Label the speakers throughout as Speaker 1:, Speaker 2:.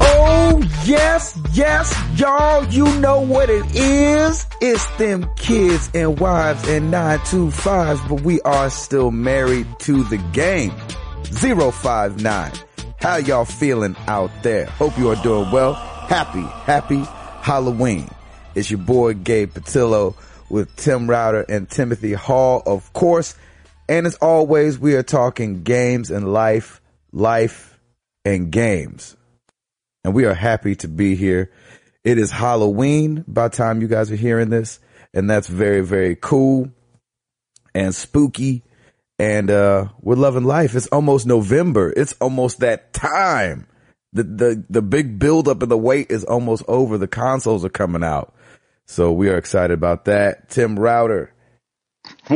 Speaker 1: Oh, Yes, y'all, you know what it is. It's them kids and wives and 925s, but we are still married to the game. 059. How y'all feeling out there? Hope you are doing well. Happy, happy Halloween. It's your boy Gabe Patillo with Tim Router and Timothy Hall, of course. And as always, we are talking games and life, life and games and we are happy to be here. It is Halloween by the time you guys are hearing this, and that's very, very cool and spooky. And uh, we're loving life. It's almost November. It's almost that time. The the the big buildup and the wait is almost over. The consoles are coming out, so we are excited about that. Tim Router,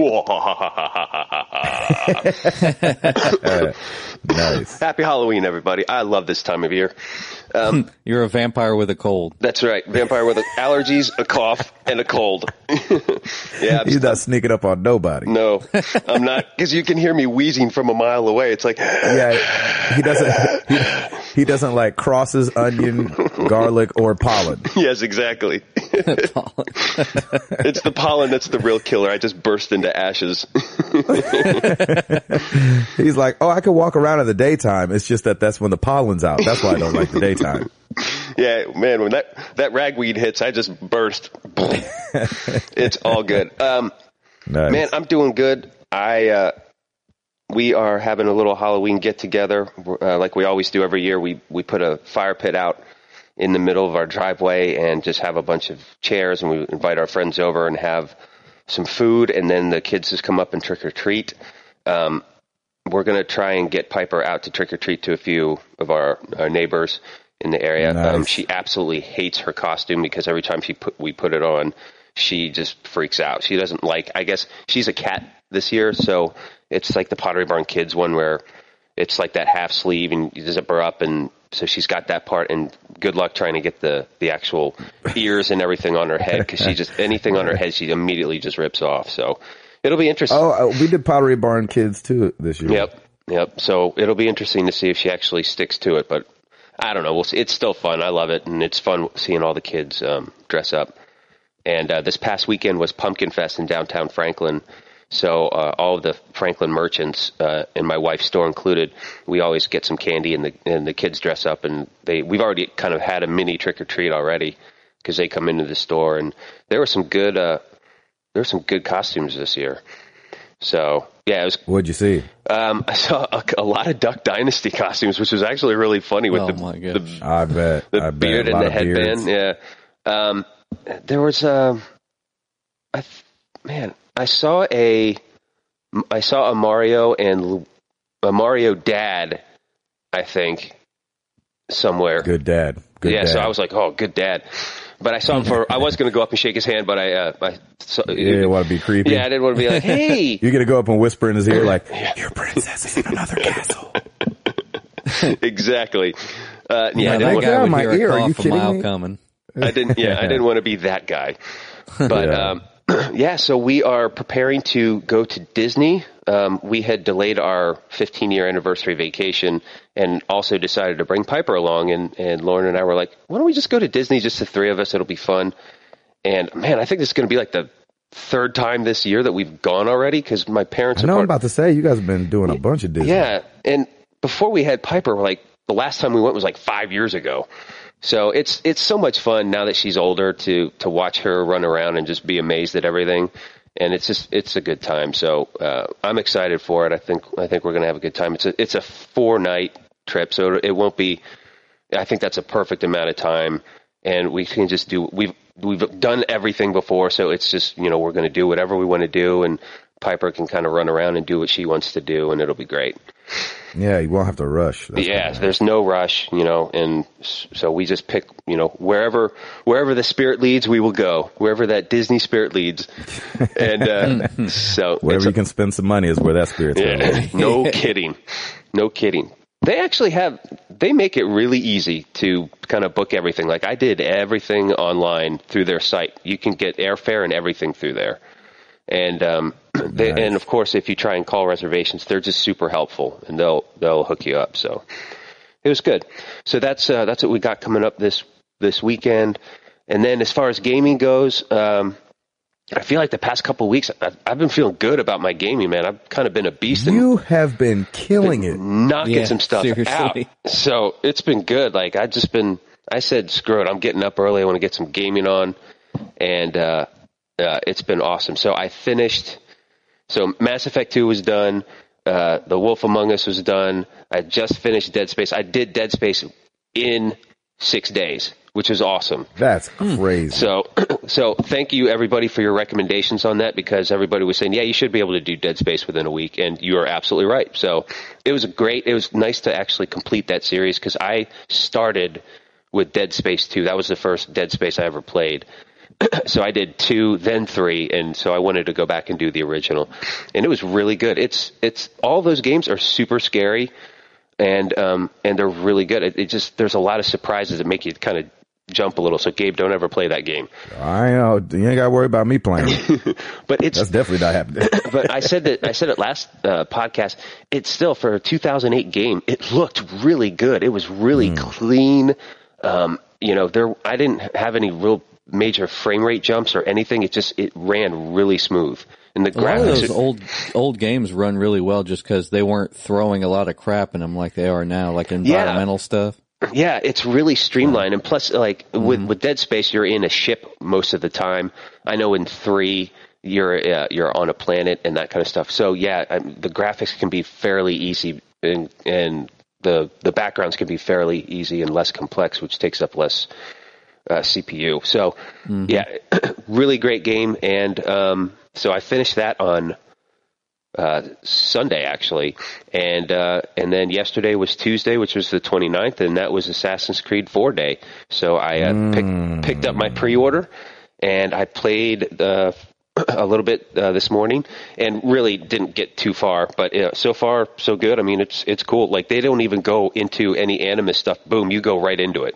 Speaker 1: nice.
Speaker 2: Happy Halloween, everybody. I love this time of year. Um,
Speaker 3: You're a vampire with a cold.
Speaker 2: that's right. Vampire with allergies, a cough, and a cold. yeah. I'm-
Speaker 1: He's not sneaking up on nobody.
Speaker 2: no, I'm not. Because you can hear me wheezing from a mile away. It's like,
Speaker 1: Yeah, he doesn't. He, he doesn't like crosses, onion, garlic, or pollen.
Speaker 2: yes, exactly. it's the pollen that's the real killer. I just burst into ashes.
Speaker 1: He's like, oh, I could walk around in the daytime. It's just that that's when the pollen's out. That's why I don't like the daytime.
Speaker 2: Yeah, man, when that that ragweed hits, I just burst. it's all good. Um,
Speaker 1: Nice.
Speaker 2: man, I'm doing good. I uh, we are having a little Halloween get together, uh, like we always do every year. We we put a fire pit out in the middle of our driveway and just have a bunch of chairs, and we invite our friends over and have some food, and then the kids just come up and trick or treat. Um, we're gonna try and get Piper out to trick or treat to a few of our, our neighbors in the area. Um,
Speaker 1: Nice.
Speaker 2: she absolutely hates her costume because every time she put we put it on, she just freaks out. She doesn't like. I guess she's a cat this year, so it's like the Pottery Barn Kids one where it's like that half sleeve and you zip her up and. So she's got that part, and good luck trying to get the, the actual ears and everything on her head because she just anything on her head she immediately just rips off. So it'll be interesting.
Speaker 1: oh, uh, we did Pottery Barn Kids too this year.
Speaker 2: Yep, yep. So it'll be interesting to see if she actually sticks to it. But I don't know. We'll see. It's still fun. I love it, and it's fun seeing all the kids um, dress up. And uh, this past weekend was Pumpkin Fest in downtown Franklin. So uh, all of the Franklin merchants uh, and my wife's store included, we always get some candy, and the and the kids dress up, and they we've already kind of had a mini trick or treat already because they come into the store, and there were some good uh, there were some good costumes this year. So yeah, it was
Speaker 1: What'd you see?
Speaker 2: um, I saw a, a lot of Duck Dynasty costumes, which was actually really funny with
Speaker 3: Oh
Speaker 2: the,
Speaker 3: my
Speaker 2: the,
Speaker 3: gosh.
Speaker 1: I bet.
Speaker 2: the
Speaker 1: I bet.
Speaker 2: beard
Speaker 1: A
Speaker 2: and
Speaker 1: lot
Speaker 2: the
Speaker 1: of beards.
Speaker 2: headband. Yeah. Um, there was um, I th- man, I saw a, I saw a Mario and Lu- a Mario dad, I think, somewhere.
Speaker 1: Good dad. Good
Speaker 2: yeah.
Speaker 1: dad.
Speaker 2: So I was like, oh, good dad. But I saw him for. I was going to go up and shake his hand, but I, uh, I saw,
Speaker 1: You didn't want to be creepy.
Speaker 2: yeah, I didn't want to be like, hey.
Speaker 1: You're gonna go up and whisper in his ear like, "Your princess is in another castle."
Speaker 2: exactly. Uh, yeah, I
Speaker 3: Yeah,
Speaker 2: didn't
Speaker 3: that
Speaker 2: want-
Speaker 3: guy
Speaker 1: out
Speaker 3: would
Speaker 1: my
Speaker 3: hear
Speaker 1: ear. Are
Speaker 3: a
Speaker 1: you
Speaker 3: cough a
Speaker 1: kidding
Speaker 3: mile
Speaker 1: me?
Speaker 3: coming.
Speaker 2: I didn't. Yeah, I didn't want to be that guy. But
Speaker 1: Yeah.
Speaker 2: um, yeah, so we are preparing to go to Disney. Um, we had delayed our 15 year anniversary vacation, and also decided to bring Piper along. And and Lauren and I were like, why don't we just go to Disney, just the three of us? It'll be fun. And man, I think this is going to be like the third time this year that we've gone already because my parents
Speaker 1: I
Speaker 2: are
Speaker 1: know I'm about
Speaker 2: part-
Speaker 1: to say you guys have been doing a bunch of Disney.
Speaker 2: yeah, and before we had Piper, like the last time we went was like five years ago. So it's it's so much fun now that she's older to to watch her run around and just be amazed at everything. And it's just it's a good time. So uh, I'm excited for it. I think I think we're gonna have a good time. It's a it's a four night trip, so it won't be. I think that's a perfect amount of time, and we can just do we've we've done everything before, so it's just you know we're going to do whatever we want to do, and Piper can kind of run around and do what she wants to do, and it'll be great.
Speaker 1: Yeah, you won't have to rush. That's
Speaker 2: yeah, there's no rush, you know, and s- so we just pick you know wherever wherever the spirit leads, we will go wherever that Disney spirit leads, and uh, so it's
Speaker 1: Wherever you can spend some money is where that spirit's going.
Speaker 2: yeah. no kidding. No kidding. They actually have they make it really easy to kind of book everything. Like I did everything online through their site. You can get airfare and everything through there. And um they, and of course if you try and call reservations, they're just super helpful and they'll they'll hook you up. So it was good. So that's uh, that's what we got coming up this this weekend. And then as far as gaming goes, um, I feel like the past couple weeks I've, I've been feeling good about my gaming, man. I've kind of been a beast and
Speaker 4: You have been killing it.
Speaker 2: knocking
Speaker 3: Yeah,
Speaker 2: some stuff
Speaker 3: seriously.
Speaker 2: out. So it's been good. Like I just been, I said, screw it. I'm getting up early. I want to get some gaming on, and uh, uh, it's been awesome. So I finished. So Mass Effect Two was done. Uh, the Wolf Among Us was done. I just finished Dead Space. I did Dead Space in six days, which is awesome.
Speaker 4: That's
Speaker 2: Hmm.
Speaker 4: crazy.
Speaker 2: So, so thank you everybody for your recommendations on that because everybody was saying, yeah, you should be able to do Dead Space within a week, and you are absolutely right. So, it was a great. It was nice to actually complete that series because I started with Dead Space two. That was the first Dead Space I ever played. so I did two, then three, and so I wanted to go back and do the original, and it was really good. It's it's all those games are super scary and um, and they're really good. It, it just there's a lot of surprises that make you kind of jump a little. So Gabe, don't ever play that game.
Speaker 4: I
Speaker 1: uh,
Speaker 4: know. You ain't got to worry about me playing. it.
Speaker 2: But it's
Speaker 4: That's definitely not happening.
Speaker 2: but I said that I said it last uh, podcast. It's still for a 2008 game. It looked really good. It was really
Speaker 3: Hmm.
Speaker 2: clean. Um, you know, there I didn't have any real major frame rate jumps or anything. It just it ran really smooth. And the
Speaker 3: A lot of
Speaker 2: graphics
Speaker 3: those old old games run really well just because they weren't throwing a lot of crap in them like they are now, like environmental stuff.
Speaker 2: Yeah, it's really streamlined, and plus, like with with Dead Space, you're in a ship most of the time. I know in three, you're uh, you're on a planet and that kind of stuff. So yeah, I, the graphics can be fairly easy, and and the the backgrounds can be fairly easy and less complex, which takes up less uh, CPU. So yeah, really great game, and um, so I finished that on uh, Sunday actually, and uh, and then yesterday was Tuesday, which was the 29th, and that was Assassin's Creed 4 day. So I uh, pick, picked up my
Speaker 4: Hmm.
Speaker 2: pre-order, and I played uh, a little bit uh, this morning, and really didn't get too far. But uh, so far, so good. I mean, it's it's cool. Like they don't even go into any animus stuff. Boom, you go right into it.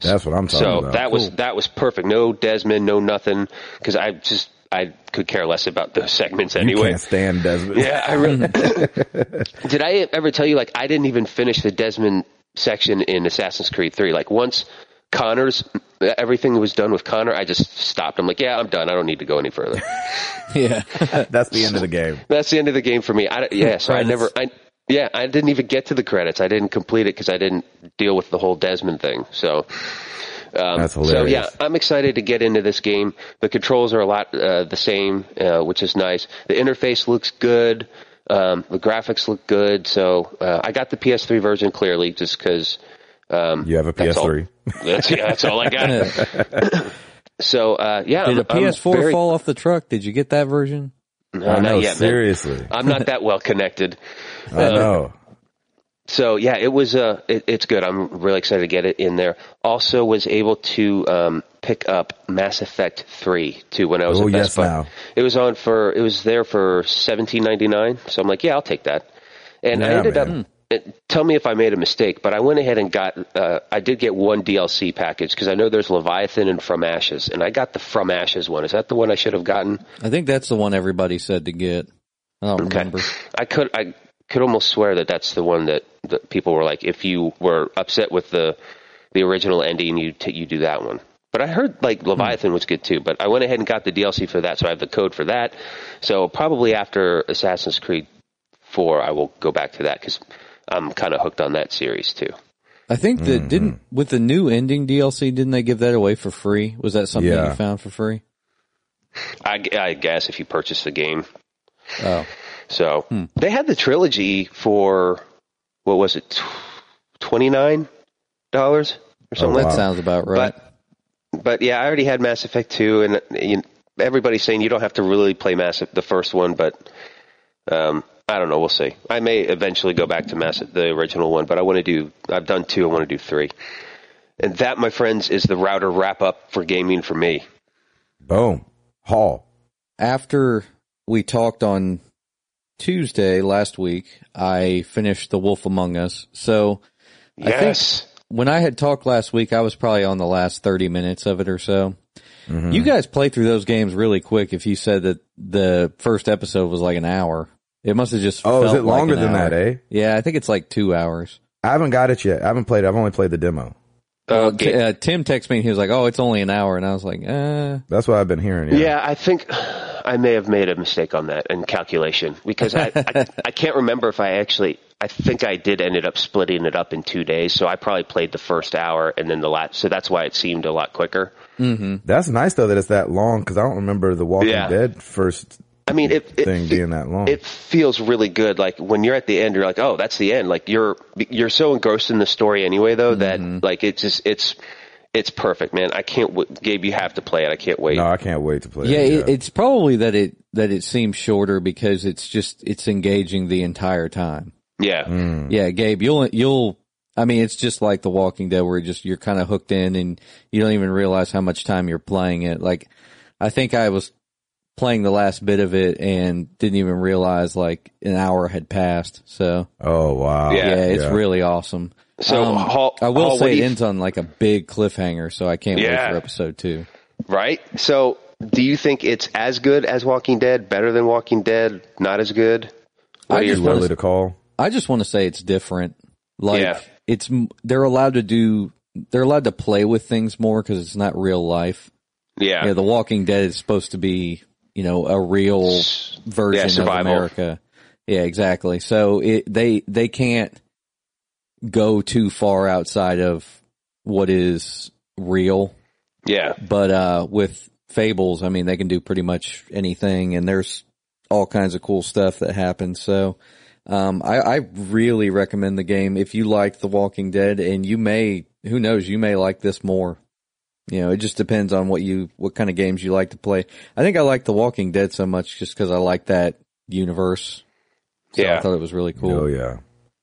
Speaker 4: That's what I'm talking
Speaker 2: So
Speaker 4: about.
Speaker 2: that was that was perfect. No Desmond, no nothing, because I just I could care less about those segments
Speaker 4: you
Speaker 2: anyway.
Speaker 4: can't stand Desmond.
Speaker 2: Yeah, I really. Did I ever tell you like I didn't even finish the Desmond section in Assassin's Creed Three? Like once Connor's everything was done with Connor, I just stopped. I'm like, yeah, I'm done. I don't need to go any further.
Speaker 3: Yeah.
Speaker 4: That's the end of the game.
Speaker 2: That's the end of the game for me. I don't- yeah, so I
Speaker 3: Credits.
Speaker 2: never I. Yeah, I didn't even get to the credits. I didn't complete it because I didn't deal with the whole Desmond thing. So, um,
Speaker 4: That's
Speaker 2: so
Speaker 4: hilarious.
Speaker 2: yeah, I'm excited to get into this game. The controls are a lot uh, the same, uh, which is nice. The interface looks good. Um, the graphics look good. So uh, I got the PS3 version clearly, just because um,
Speaker 4: You have a
Speaker 2: that's all-
Speaker 4: PS3.
Speaker 2: That's, yeah, that's all I got.
Speaker 3: Did
Speaker 2: so uh, yeah, I'm-
Speaker 3: a
Speaker 2: I'm
Speaker 3: PS4
Speaker 2: very-
Speaker 3: fall off the truck? Did you get that version?
Speaker 2: No,
Speaker 4: I
Speaker 2: Uh, not
Speaker 4: know,
Speaker 2: yet, man.
Speaker 4: seriously.
Speaker 2: I'm not that well connected.
Speaker 4: I know.
Speaker 2: so yeah, it was uh, it, it's good. I'm really excited to get it in there. Also, was able to um, pick up Mass Effect Three too when I was
Speaker 4: Oh,
Speaker 2: at
Speaker 4: yes,
Speaker 2: Best Buy.
Speaker 4: now.
Speaker 2: It was on for it was there for seventeen ninety nine. So I'm like, yeah, I'll take that. And I
Speaker 4: Yeah,
Speaker 2: ended
Speaker 4: man.
Speaker 2: up. It, tell me if I made a mistake, but I went ahead and got. Uh, I did get one DLC package because I know there's Leviathan and From Ashes, and I got the From Ashes one. Is that the one I should have gotten?
Speaker 3: I think that's the one everybody said to get. I don't remember.
Speaker 2: Um, I could I could almost swear that that's the one that, that people were like, if you were upset with the the original ending, you t- you do that one. But I heard like Leviathan was good too. But I went ahead and got the DLC for that, so I have the code for that. So probably after Assassin's Creed Four, I will go back to that because I'm kind of hooked on that series too.
Speaker 3: I think that didn't with the new ending DLC. Didn't they give that away for free? Was that something
Speaker 4: Yeah.
Speaker 3: you found for free?
Speaker 2: I, g- I guess if you purchase the game,
Speaker 3: Oh,
Speaker 2: so they had the trilogy for what was it, twenty nine dollars or something
Speaker 4: wow.
Speaker 2: like
Speaker 3: that sounds about right.
Speaker 2: but yeah, I already had Mass Effect two, and uh, you, everybody's saying you don't have to really play Mass the first one, but um, I don't know. We'll see. I may eventually go back to Mass the original one, but I want to do. I've done two. I want to do three. And that, my friends, is the router wrap up for gaming for me.
Speaker 4: Boom. Hall.
Speaker 3: after we talked on Tuesday last week, I finished The Wolf Among Us. So I think-
Speaker 2: Yes,
Speaker 3: when I had talked last week, I was probably on the last 30 minutes of it or so.
Speaker 4: Mm-hmm.
Speaker 3: You guys play through those games really quick if you said that the first episode was like an hour. It must have just
Speaker 4: Oh, is
Speaker 3: felt
Speaker 4: it
Speaker 3: like
Speaker 4: longer
Speaker 3: an
Speaker 4: than that,
Speaker 3: hour.
Speaker 4: eh?
Speaker 3: Yeah, I think it's like two hours.
Speaker 4: I haven't got it yet. I haven't played it. I've only played the demo.
Speaker 3: Well,
Speaker 2: Oh, Okay.
Speaker 3: T- uh, Tim texted me and he was like, "Oh, it's only an hour," and I was like, "Uh,
Speaker 4: That's what I've been hearing.
Speaker 2: Yeah. I think I may have made a mistake on that in calculation because I, I I can't remember if I actually I think I did ended up splitting it up in two days. So I probably played the first hour and then the last. So that's why it seemed a lot quicker.
Speaker 4: That's nice though that it's that long because I don't remember the Walking
Speaker 2: Yeah.
Speaker 4: Dead first
Speaker 2: I mean, it it,
Speaker 4: thing
Speaker 2: it,
Speaker 4: being that long.
Speaker 2: it feels really good. Like when you're at the end, you're like, oh, that's the end. Like you're you're so engrossed in the story anyway, though
Speaker 4: Mm-hmm.
Speaker 2: that like it's just it's it's perfect, man. I can't. W- Gabe, you have to play it. I can't wait.
Speaker 4: no, I can't wait to play.
Speaker 3: yeah."
Speaker 4: it.
Speaker 3: It, it's probably that it that it seems shorter because it's just it's engaging the entire time.
Speaker 2: yeah.
Speaker 4: Hmm.
Speaker 3: Yeah, Gabe, you'll you'll. I mean, it's just like The Walking Dead, where just you're kind of hooked in, and you don't even realize how much time you're playing it. Like, I think I was playing the last bit of it and didn't even realize like an hour had passed. So
Speaker 4: Oh wow.
Speaker 2: Yeah.
Speaker 3: yeah, it's really awesome. Um,
Speaker 2: So, Hall-
Speaker 3: I will
Speaker 2: Hall, what
Speaker 3: say
Speaker 2: do
Speaker 3: it
Speaker 2: you-
Speaker 3: ends on like a big cliffhanger, so I can't wait
Speaker 2: Yeah.
Speaker 3: for episode two.
Speaker 2: Right? So, do you think it's as good as Walking Dead, better than Walking Dead, not as good? What
Speaker 3: I
Speaker 2: are your
Speaker 4: Too
Speaker 3: just wanna-
Speaker 2: thoughts?
Speaker 4: early to call.
Speaker 3: I just want to say it's different. Like
Speaker 2: Yeah.
Speaker 3: it's m- they're allowed to do they're allowed to play with things more because it's not real life.
Speaker 2: yeah.
Speaker 3: Yeah, The Walking Dead is supposed to be, you know, a real version of
Speaker 2: survival.
Speaker 3: America. Yeah, exactly. So it, they, they can't go too far outside of what is real.
Speaker 2: yeah.
Speaker 3: But, uh, with fables, I mean, they can do pretty much anything and there's all kinds of cool stuff that happens. So, um, I, I really recommend the game if you like The Walking Dead and you may, who knows, you may like this more. You know, it just depends on what you, what kind of games you like to play. I think I like The Walking Dead so much just cause I like that universe. So I
Speaker 2: Yeah.
Speaker 3: thought it was really cool.
Speaker 4: Oh yeah.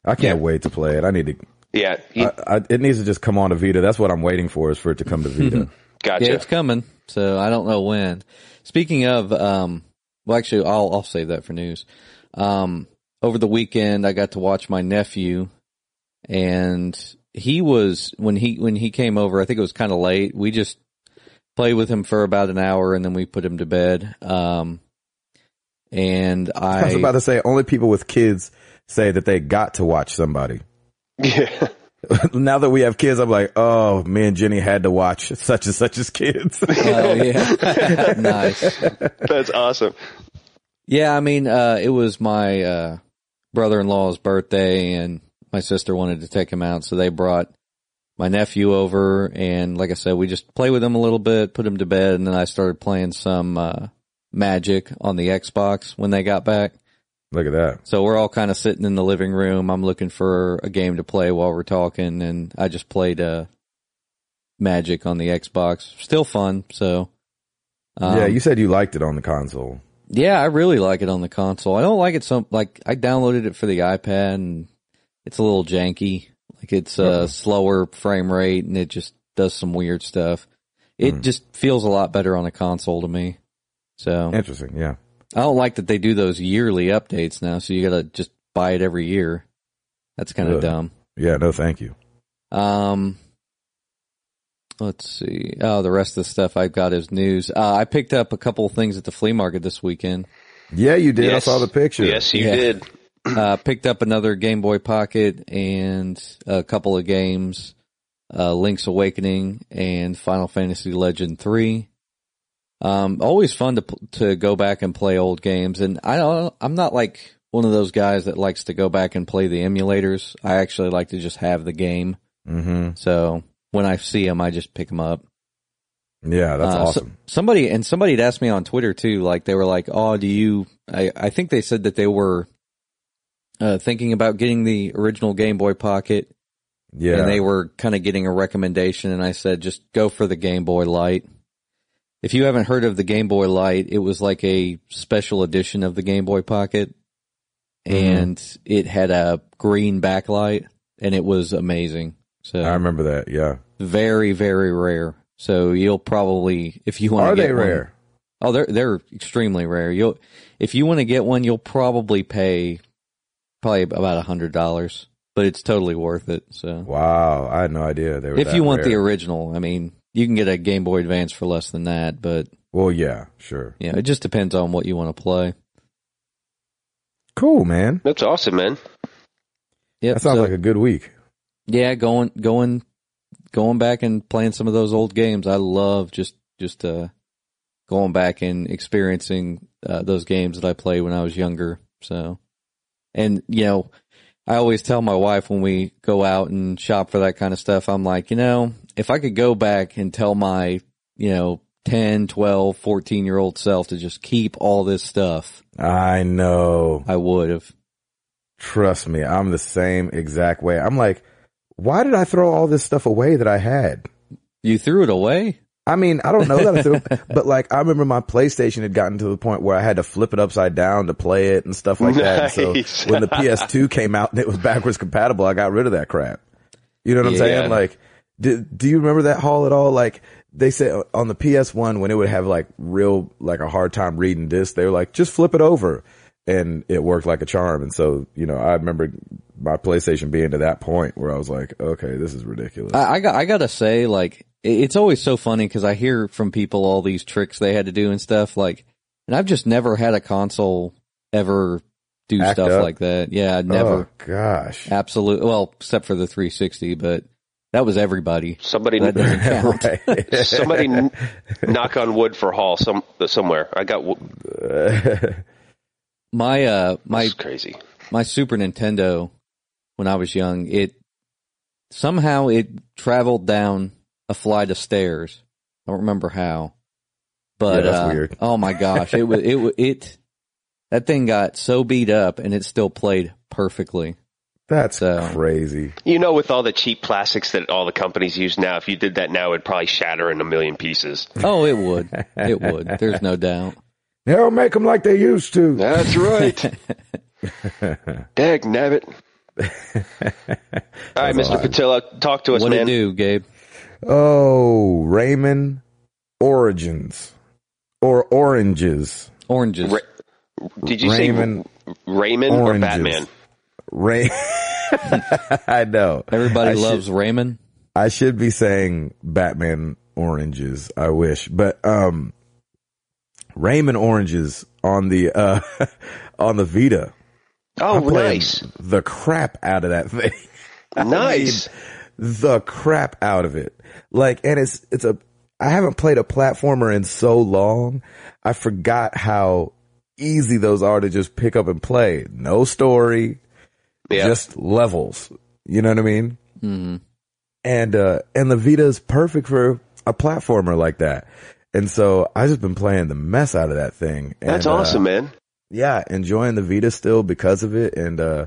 Speaker 4: I can't wait to play it. I need to.
Speaker 2: Yeah. You,
Speaker 3: uh,
Speaker 4: I, I, it needs to just come on to Vita. That's what I'm waiting for. Is for it to come to Vita.
Speaker 2: gotcha.
Speaker 3: Yeah, it's coming. So I don't know when. Speaking of, um, well, actually, I'll I'll save that for news. Um, over the weekend, I got to watch my nephew, and he was when he when he came over. I think it was kind of late. We just played with him for about an hour, and then we put him to bed. Um, and I,
Speaker 4: I was about to say only people with kids say that they got to watch somebody.
Speaker 2: Yeah.
Speaker 4: now that we have kids, I'm like, oh, me and Jenny had to watch such and such as kids.
Speaker 3: oh yeah, nice.
Speaker 2: That's awesome.
Speaker 3: Yeah, I mean, uh, it was my uh, brother-in-law's birthday, and my sister wanted to take him out, so they brought my nephew over, and like I said, we just play with him a little bit, put him to bed, and then I started playing some uh, Magic on the Xbox when they got back.
Speaker 4: Look at that.
Speaker 3: So we're all kind of sitting in the living room. I'm looking for a game to play while we're talking, and I just played uh, Magic on the Xbox. Still fun, so. um,
Speaker 4: yeah, you said you liked it on the console.
Speaker 3: yeah, I really like it on the console. I don't like it so like I downloaded it for the iPad and it's a little janky. Like it's a
Speaker 4: Uh-oh.
Speaker 3: slower frame rate and it just does some weird stuff. It
Speaker 4: Mm.
Speaker 3: just feels a lot better on a console to me. So
Speaker 4: Interesting. Yeah.
Speaker 3: I don't like that they do those yearly updates now. So you got to just buy it every year. That's kind of
Speaker 4: Ugh.
Speaker 3: dumb.
Speaker 4: Yeah. No, thank you.
Speaker 3: Um, let's see. Oh, the rest of the stuff I've got is news. Uh, I picked up a couple of things at the flea market this weekend.
Speaker 4: Yeah, you did.
Speaker 2: Yes.
Speaker 4: I saw the picture.
Speaker 2: Yes, you
Speaker 3: Yeah.
Speaker 2: did.
Speaker 3: uh, picked up another Game Boy Pocket and a couple of games, uh, Link's Awakening and Final Fantasy Legend 3. Um, always fun to, pl- to go back and play old games. And I don't, I'm not like one of those guys that likes to go back and play the emulators. I actually like to just have the game.
Speaker 4: hmm
Speaker 3: So when I see them, I just pick them up.
Speaker 4: Yeah, that's
Speaker 3: Uh, so-
Speaker 4: awesome.
Speaker 3: somebody and somebody had asked me on Twitter too. Like they were like, "Oh, do you?" I I think they said that they were uh, thinking about getting the original Game Boy Pocket,
Speaker 4: yeah.
Speaker 3: and they were kind of getting a recommendation. And I said, just go for the Game Boy Light. If you haven't heard of the Game Boy Light, it was like a special edition of the Game Boy Pocket,
Speaker 4: Mhm.
Speaker 3: and it had a green backlight, and it was amazing. So
Speaker 4: I remember that. Yeah.
Speaker 3: very very rare. So you'll probably if you want
Speaker 4: Are
Speaker 3: to
Speaker 4: they
Speaker 3: get one-
Speaker 4: rare?
Speaker 3: Oh, they're they're extremely rare. You'll if you want to get one, you'll probably pay probably about a hundred dollars, but it's totally worth it. So
Speaker 4: Wow. I had no idea they were.
Speaker 3: if
Speaker 4: that
Speaker 3: you want the
Speaker 4: rare.
Speaker 3: original, I mean, you can get a Game Boy Advance for less than that, but
Speaker 4: Well, yeah, sure.
Speaker 3: you know, it just depends on what you want to play.
Speaker 4: Cool, man.
Speaker 2: That's awesome, man.
Speaker 3: Yep,
Speaker 4: That sounds
Speaker 3: so-
Speaker 4: like a good week.
Speaker 3: yeah, going going going back and playing some of those old games. I love just just uh going back and experiencing uh, those games that I played when I was younger. So, and you know, I always tell my wife when we go out and shop for that kind of stuff, I'm like, you know, if I could go back and tell my, you know, 10, 12, 14 year old self to just keep all this stuff,
Speaker 1: I know.
Speaker 3: I would have.
Speaker 1: Trust me, I'm the same exact way. I'm like, why did I throw all this stuff away that I had?
Speaker 3: You threw it away?
Speaker 1: I mean, I don't know that I threw, but like, I remember my PlayStation had gotten to the point where I had to flip it upside down to play it and stuff like that. And
Speaker 2: Nice.
Speaker 1: so when the PS2 came out and it was backwards compatible, I got rid of that crap. You know what I'm
Speaker 3: Yeah.
Speaker 1: saying? Like, do, do you remember that haul at all? Like, they said on the PS1 when it would have like real, like a hard time reading disc, they were like, just flip it over. And it worked like a charm. And so, you know, I remember my PlayStation being to that point where I was like, okay, this is ridiculous.
Speaker 3: I, I got, I gotta say, like, it- it's always so funny because I hear from people all these tricks they had to do and stuff, like, and I've just never had a console ever do
Speaker 1: Act
Speaker 3: stuff
Speaker 1: up.
Speaker 3: like that. Yeah, never.
Speaker 1: Oh, gosh.
Speaker 3: Absolutely. Well, except for the 360, but that was everybody.
Speaker 2: Somebody,
Speaker 3: That doesn't count.
Speaker 1: Right.
Speaker 2: somebody, n- knock on wood for Hall some somewhere. I got w-
Speaker 3: My, uh, my,
Speaker 2: that's crazy.
Speaker 3: my Super Nintendo when I was young, it somehow it traveled down a flight of stairs. I don't remember how, but
Speaker 1: Yeah, that's
Speaker 3: uh,
Speaker 1: weird.
Speaker 3: oh my gosh, it was it wa- it that thing got so beat up and it still played perfectly.
Speaker 1: That's
Speaker 3: So-
Speaker 1: crazy.
Speaker 2: You know, with all the cheap plastics that all the companies use now, if you did that now, it'd probably shatter in a million pieces.
Speaker 3: Oh, it would, it would. There's no doubt.
Speaker 1: They don't make them like they used to.
Speaker 2: That's right. Dag nabbit. All right, Mr. Patillo, talk to us,
Speaker 3: What
Speaker 2: man.
Speaker 3: it do, Gabe?
Speaker 1: Oh, Raymond Origins or Oranges.
Speaker 3: Oranges.
Speaker 2: Ra- Did you
Speaker 1: Raymond
Speaker 2: say Raymond or
Speaker 1: Oranges.
Speaker 2: Batman?
Speaker 1: Ray. I know.
Speaker 3: Everybody
Speaker 1: I should-
Speaker 3: loves Raymond.
Speaker 1: I should be saying Batman Oranges. I wish, but um, Raymond Oranges on the uh on the Vita.
Speaker 2: Oh,
Speaker 1: I played
Speaker 2: nice,
Speaker 1: The crap out of that thing.
Speaker 2: nice.
Speaker 1: the crap out of it. Like, and it's, it's a, I haven't played a platformer in so long. I forgot how easy those are to just pick up and play. No story,
Speaker 2: Yeah. Mm-hmm.
Speaker 1: just levels. You know what I mean?
Speaker 3: Mhm.
Speaker 1: And, uh, and the Vita is perfect for a platformer like that. And so I just been playing the mess out of that thing. And,
Speaker 2: That's
Speaker 1: uh,
Speaker 2: awesome, man.
Speaker 1: yeah, enjoying the Vita still because of it and uh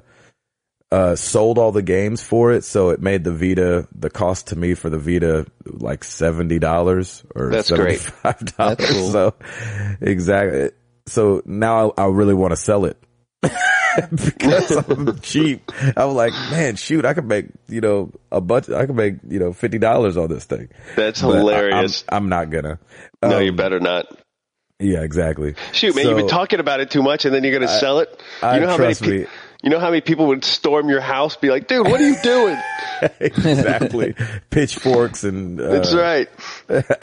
Speaker 1: uh sold all the games for it, so it made the Vita the cost to me for the Vita like seventy dollars or
Speaker 2: That's
Speaker 1: seventy
Speaker 2: great.
Speaker 1: five dollars.
Speaker 3: That's cool.
Speaker 1: So exactly so now I, I really want to sell it. because I'm cheap. I'm like, man, shoot, I could make, you know, a bunch, I could make, you know, $50 on this thing.
Speaker 2: That's
Speaker 1: But I- I'm-
Speaker 2: hilarious.
Speaker 1: I'm, not gonna.
Speaker 2: no,
Speaker 1: Um,
Speaker 2: you better not.
Speaker 1: Yeah, exactly.
Speaker 2: Shoot, man, you've been
Speaker 1: so-
Speaker 2: talking about it too much, and then you're gonna sell it. You
Speaker 1: I-
Speaker 2: know how
Speaker 1: trust
Speaker 2: many?
Speaker 1: me.
Speaker 2: Pe- you know how many people would storm your house, be like, "Dude, what are you doing?"
Speaker 1: exactly. Pitchforks and uh,
Speaker 2: That's right.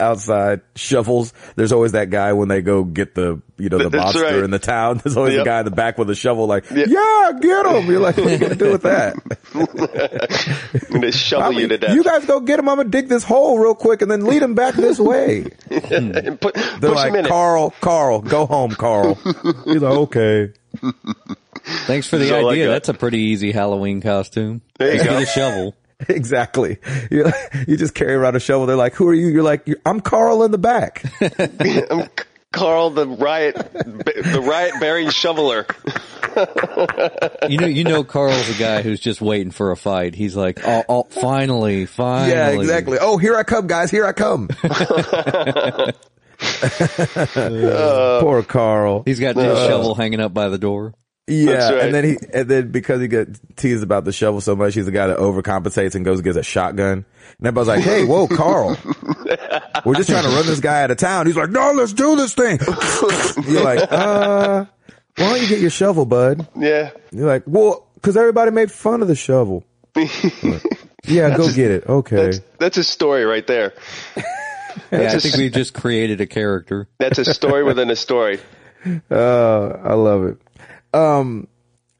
Speaker 1: outside shovels. There's always that guy when they go get the you know the
Speaker 2: That's
Speaker 1: monster
Speaker 2: right.
Speaker 1: in the town. There's always a
Speaker 2: Yep.
Speaker 1: guy in the back with a shovel, like
Speaker 2: Yeah.
Speaker 1: yeah, get him. You're like, what are you gonna do with that?
Speaker 2: I'm gonna shovel
Speaker 1: I
Speaker 2: you
Speaker 1: mean,
Speaker 2: to death
Speaker 1: you guys go get him. I'm gonna dig this hole real quick and then lead him back this way.
Speaker 2: and put push
Speaker 1: They're
Speaker 2: him in
Speaker 1: like,
Speaker 2: it.
Speaker 1: Carl, Carl, go home, Carl. He's like, okay.
Speaker 3: Thanks for the
Speaker 2: So, like,
Speaker 3: idea.
Speaker 2: uh,
Speaker 3: That's a pretty easy Halloween costume.
Speaker 2: There you
Speaker 3: Just
Speaker 2: go.
Speaker 3: Get a shovel.
Speaker 1: Exactly. You, you just carry around a shovel. They're like, who are you? You're like, I'm Carl in the back.
Speaker 2: I'm C- Carl, the riot, the riot bearing shoveler.
Speaker 3: You know, you know, Carl's a guy who's just waiting for a fight. He's like, oh, oh finally, finally.
Speaker 1: Yeah, exactly. Oh, here I come, guys. Here I come. Uh, Poor Carl.
Speaker 3: He's got his shovel hanging up by the door.
Speaker 1: Yeah,
Speaker 2: right.
Speaker 1: and then he, and then because he got teased about the shovel so much, he's the guy that overcompensates and goes and gets a shotgun. And everybody's like, "Hey, whoa, Carl, we're just trying to run this guy out of town." He's like, "No, let's do this thing." You're like, "Uh, why don't you get your shovel, bud?"
Speaker 2: Yeah.
Speaker 1: You're like, "Well, because everybody made fun of the shovel." yeah, go get it. Okay.
Speaker 2: That's, that's a story right there.
Speaker 3: Yeah, I
Speaker 2: a
Speaker 3: think
Speaker 2: s-
Speaker 3: we've just created a character.
Speaker 2: That's a story within a story.
Speaker 1: Uh, I love it. Um,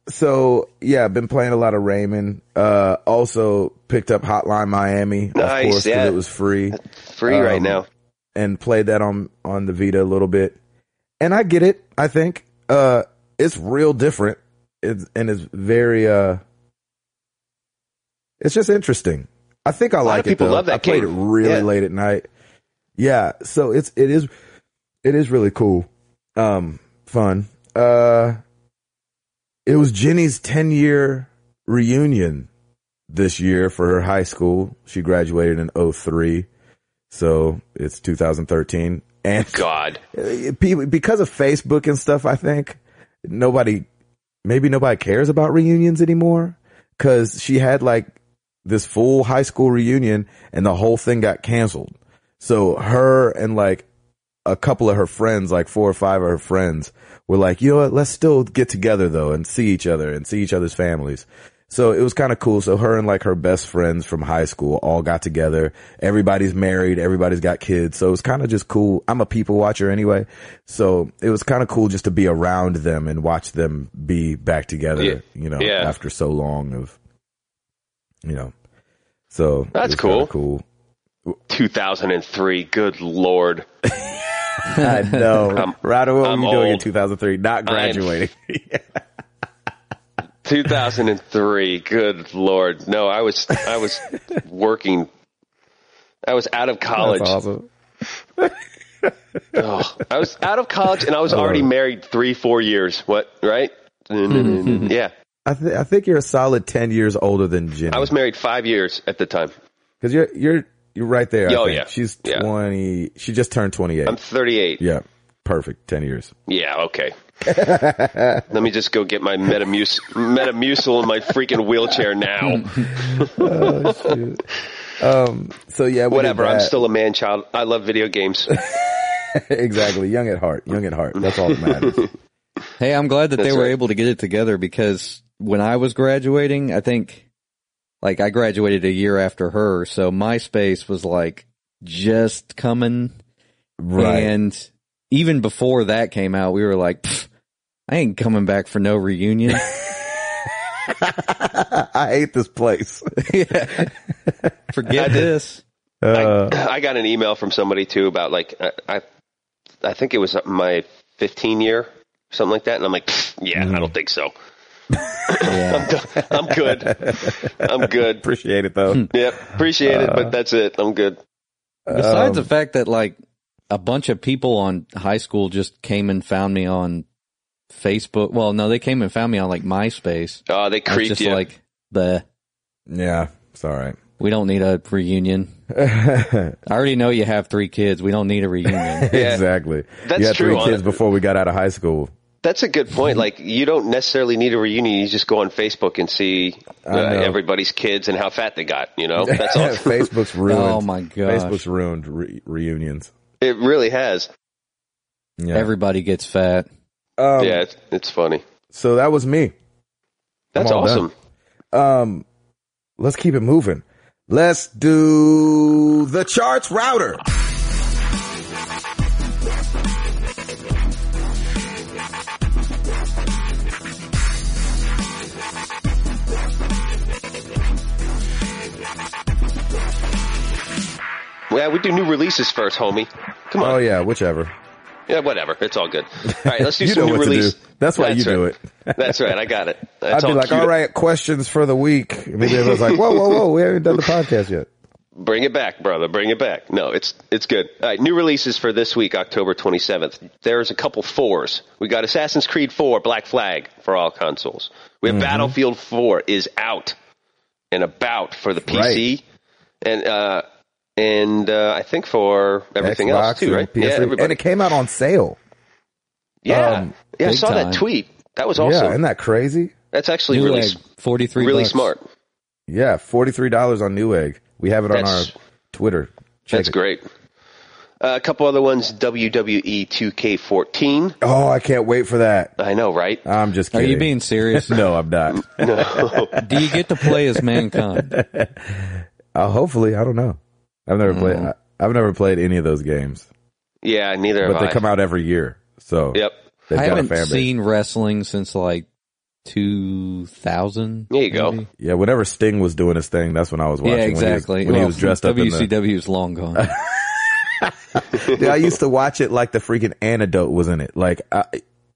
Speaker 1: so yeah, been playing a lot of Raymond. Uh, also picked up Hotline Miami,
Speaker 2: Nice,
Speaker 1: of course, 'cause
Speaker 2: yeah.
Speaker 1: it was free
Speaker 2: Free right
Speaker 1: Um,
Speaker 2: now.
Speaker 1: and played that on on the Vita a little bit. And I get it. I think uh, it's real different. It's, and it's very uh, it's just interesting. I think I
Speaker 2: lot
Speaker 1: like
Speaker 2: of
Speaker 1: it.
Speaker 2: people
Speaker 1: though.
Speaker 2: love that
Speaker 1: I played
Speaker 2: game.
Speaker 1: it really
Speaker 2: Yeah.
Speaker 1: late at night. Yeah, so it's it is it is really cool. Um, fun. Uh, it was Jenny's ten year reunion this year for her high school. She graduated in 03. So it's 2013. And
Speaker 2: God.
Speaker 1: uh, people- because of Facebook and stuff, I think nobody, maybe nobody cares about reunions anymore. Cause she had like this full high school reunion and the whole thing got canceled. So her and like a couple of her friends, like four or five of her friends were like, you know what? Let's still get together though and see each other and see each other's families. So it was kind of cool. So her and like her best friends from high school all got together. Everybody's married. Everybody's got kids. So it was kind of just cool. I'm a people watcher anyway. So it was kind of cool just to be around them and watch them be back together,
Speaker 2: Yeah.
Speaker 1: you know,
Speaker 2: Yeah.
Speaker 1: after so long of, you know, so
Speaker 2: That's
Speaker 1: it was kinda
Speaker 2: cool.
Speaker 1: Cool.
Speaker 2: 2003. Good Lord.
Speaker 1: I know.
Speaker 2: I'm-
Speaker 1: Rado, what
Speaker 2: I'm
Speaker 1: were you doing in
Speaker 2: old.
Speaker 1: 2003? Not
Speaker 2: I am-
Speaker 1: graduating.
Speaker 2: 2003. Good Lord. No, I was, I was working. I was out of college.
Speaker 1: That's awesome.
Speaker 2: Ugh. I was out of college and I was already married three, four years. What? Right? yeah.
Speaker 1: I, th- I think you're a solid 10 years older than Jenny.
Speaker 2: I was married five years at the time.
Speaker 1: Cause you're, you're, you're right there. I
Speaker 2: Oh,
Speaker 1: think.
Speaker 2: yeah.
Speaker 1: She's
Speaker 2: Yeah.
Speaker 1: 20. She just turned 28.
Speaker 2: I'm 38.
Speaker 1: yeah. Perfect. 10 years.
Speaker 2: Yeah, okay. Let me just go get my Metamus- Metamucil in my freaking wheelchair now.
Speaker 1: Oh, shoot. um, so yeah, we did
Speaker 2: Whatever, I'm
Speaker 1: that.
Speaker 2: still a man child. I love video games.
Speaker 1: exactly. Young at heart. Young at heart. That's all that matters.
Speaker 3: Hey, I'm glad that they
Speaker 2: That's
Speaker 3: were
Speaker 2: right.
Speaker 3: able to get it together because when I was graduating, I think like I graduated a year after her, so MySpace was like just coming.
Speaker 1: right.
Speaker 3: And even before that came out, we were like, "Pfft, I ain't coming back for no reunion.
Speaker 1: I hate this place.
Speaker 3: Yeah. Forget this.
Speaker 1: Uh,
Speaker 2: I got an email from somebody too about like I, I, I think it was my 15 year something like that, and I'm like, "Pfft, yeah, I don't think so.
Speaker 3: Yeah.
Speaker 2: I'm good. I'm good.
Speaker 1: appreciate it though.
Speaker 2: Yep, appreciate it, but that's it. I'm good.
Speaker 3: Besides
Speaker 1: Um,
Speaker 3: the fact that like a bunch of people on high school just came and found me on Facebook. Well, no, they came and found me on like MySpace.
Speaker 2: Oh, they
Speaker 3: I was
Speaker 2: creeped
Speaker 3: just
Speaker 2: you.
Speaker 3: like the
Speaker 1: yeah. It's all right.
Speaker 3: we don't need a reunion. I already know you have three kids. We don't need a reunion.
Speaker 1: exactly.
Speaker 2: That's
Speaker 1: you had
Speaker 2: true,
Speaker 1: three
Speaker 2: hon-
Speaker 1: kids before we got out of high school.
Speaker 2: That's a good point. Like you don't necessarily need a reunion. You just go on Facebook and see uh,
Speaker 1: I know.
Speaker 2: everybody's kids and how fat they got. You know, that's all.
Speaker 1: Facebook's ruined.
Speaker 3: Oh my gosh.
Speaker 1: Facebook's ruined re- reunions.
Speaker 2: it really has.
Speaker 1: Yeah.
Speaker 3: Everybody gets fat.
Speaker 1: um,
Speaker 2: yeah, it's, it's funny.
Speaker 1: So that was me.
Speaker 2: That's
Speaker 1: all done.
Speaker 2: awesome.
Speaker 1: Um, let's keep it moving. Let's do the charts router.
Speaker 2: Yeah, we do new releases first, homie. Come on.
Speaker 1: Oh yeah, whichever.
Speaker 2: Yeah, whatever. It's all good. All right, let's do
Speaker 1: Oh, You
Speaker 2: some
Speaker 1: know
Speaker 2: new
Speaker 1: what to
Speaker 2: release.
Speaker 1: do. That's why you do
Speaker 2: right.
Speaker 1: it.
Speaker 2: That's right. I got it.
Speaker 1: I'd
Speaker 2: That's
Speaker 1: be
Speaker 2: all
Speaker 1: like,
Speaker 2: queued
Speaker 1: all
Speaker 2: up.
Speaker 1: right, questions for the week. And maybe everyone's like, whoa, whoa, whoa, we haven't done the podcast yet.
Speaker 2: Bring it back, brother. Bring it back. No, it's it's good. All right, new releases for this week, October 27th. There's a couple fours. We got Assassin's Creed 4 Black Flag for all consoles. We
Speaker 1: Mm-hmm.
Speaker 2: have Battlefield 4 is out and about for the PC and uh and uh, I think for everything
Speaker 1: Xbox
Speaker 2: else too,
Speaker 1: and
Speaker 2: right?
Speaker 1: PS3.
Speaker 2: Yeah,
Speaker 1: and
Speaker 2: everybody.
Speaker 1: it came out on sale.
Speaker 2: yeah,
Speaker 1: um,
Speaker 2: yeah. I
Speaker 3: big
Speaker 2: saw
Speaker 3: time.
Speaker 2: that tweet. That was awesome.
Speaker 1: Yeah, isn't that crazy?
Speaker 2: That's actually
Speaker 3: New
Speaker 2: really
Speaker 3: leg,
Speaker 2: s-
Speaker 3: 43
Speaker 2: really
Speaker 3: bucks.
Speaker 2: smart.
Speaker 1: Yeah, forty three dollars on Newegg. We have it on
Speaker 2: That's-
Speaker 1: our Twitter. Check
Speaker 2: That's
Speaker 1: it.
Speaker 2: great. Uh, a couple other ones. E WWE 2K14.
Speaker 1: Oh, I can't wait for that.
Speaker 2: I know, right?
Speaker 1: I'm just
Speaker 3: Are
Speaker 1: kidding.
Speaker 3: you being serious?
Speaker 1: No, I'm not.
Speaker 2: No.
Speaker 3: Do you get to play as mankind?
Speaker 1: Uh, hopefully, I don't know. I've never played.
Speaker 2: Mm-hmm.
Speaker 1: I, I've never played any of those games,
Speaker 2: yeah, neither
Speaker 1: but
Speaker 2: have
Speaker 1: they
Speaker 2: I.
Speaker 1: come out every year. So
Speaker 2: Yep.
Speaker 1: they've
Speaker 3: I
Speaker 1: got a
Speaker 3: haven't
Speaker 1: fan base.
Speaker 3: seen wrestling since like 2000.
Speaker 2: There you go.
Speaker 3: maybe?
Speaker 1: Yeah, whenever Sting was doing his thing, that's when I was watching.
Speaker 3: Yeah, exactly.
Speaker 1: When he was, when he
Speaker 3: Well,
Speaker 1: was dressed up in the,
Speaker 3: WCW is long gone.
Speaker 1: Dude, I used to watch it like the freaking antidote was in it. Like I,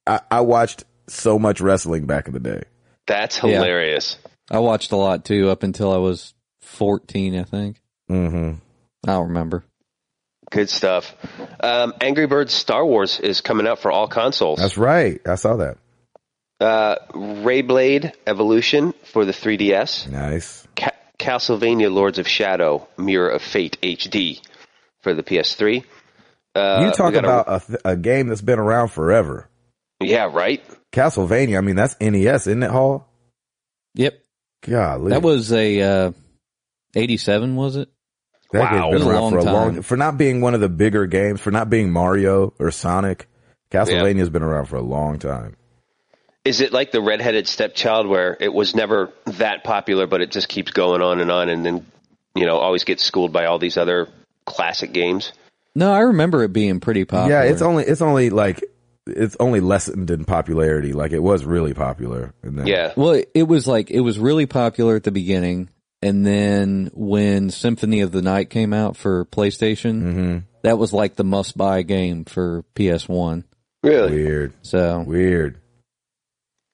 Speaker 1: I, I watched so much wrestling back in the day.
Speaker 2: That's hilarious.
Speaker 3: I watched a lot too up until I was 14, I think.
Speaker 1: hmm
Speaker 3: I don't remember.
Speaker 2: Good stuff. Um, Angry Birds Star Wars is coming out for all consoles.
Speaker 1: That's right. I saw that.
Speaker 2: Uh, Rayblade Evolution for the 3DS.
Speaker 1: Nice.
Speaker 2: Ca- Castlevania Lords of Shadow Mirror of Fate HD for the PS3. Uh,
Speaker 1: you talk
Speaker 2: we got a-
Speaker 1: about a, th- a game that's been around forever.
Speaker 2: yeah, right.
Speaker 1: Castlevania. I mean, that's NES, isn't it, Hall?
Speaker 3: Yep.
Speaker 1: Golly,
Speaker 3: That was a, uh, 87, was it?
Speaker 1: that game's
Speaker 2: wow.
Speaker 1: been
Speaker 3: It was a
Speaker 1: around
Speaker 3: long
Speaker 1: for a long
Speaker 3: time.
Speaker 1: for not being one of the bigger games, for not being Mario or Sonic. Castlevania's been around for a long time.
Speaker 2: Is it like the redheaded stepchild where it was never that popular, but it just keeps going on and on, and then you know always gets schooled by all these other classic games?
Speaker 3: No, I remember it being pretty
Speaker 2: Uh,
Speaker 3: popular.
Speaker 1: Yeah, it's only it's only like it's only lessened in popularity. Like it was really popular, and then
Speaker 2: Yeah,
Speaker 3: Well, it- it was like, it was really popular at the beginning. And then when Symphony of the Night came out for PlayStation,
Speaker 1: hmm
Speaker 3: that was like the must buy game for PS1.
Speaker 2: really.
Speaker 1: weird,
Speaker 3: So
Speaker 1: weird.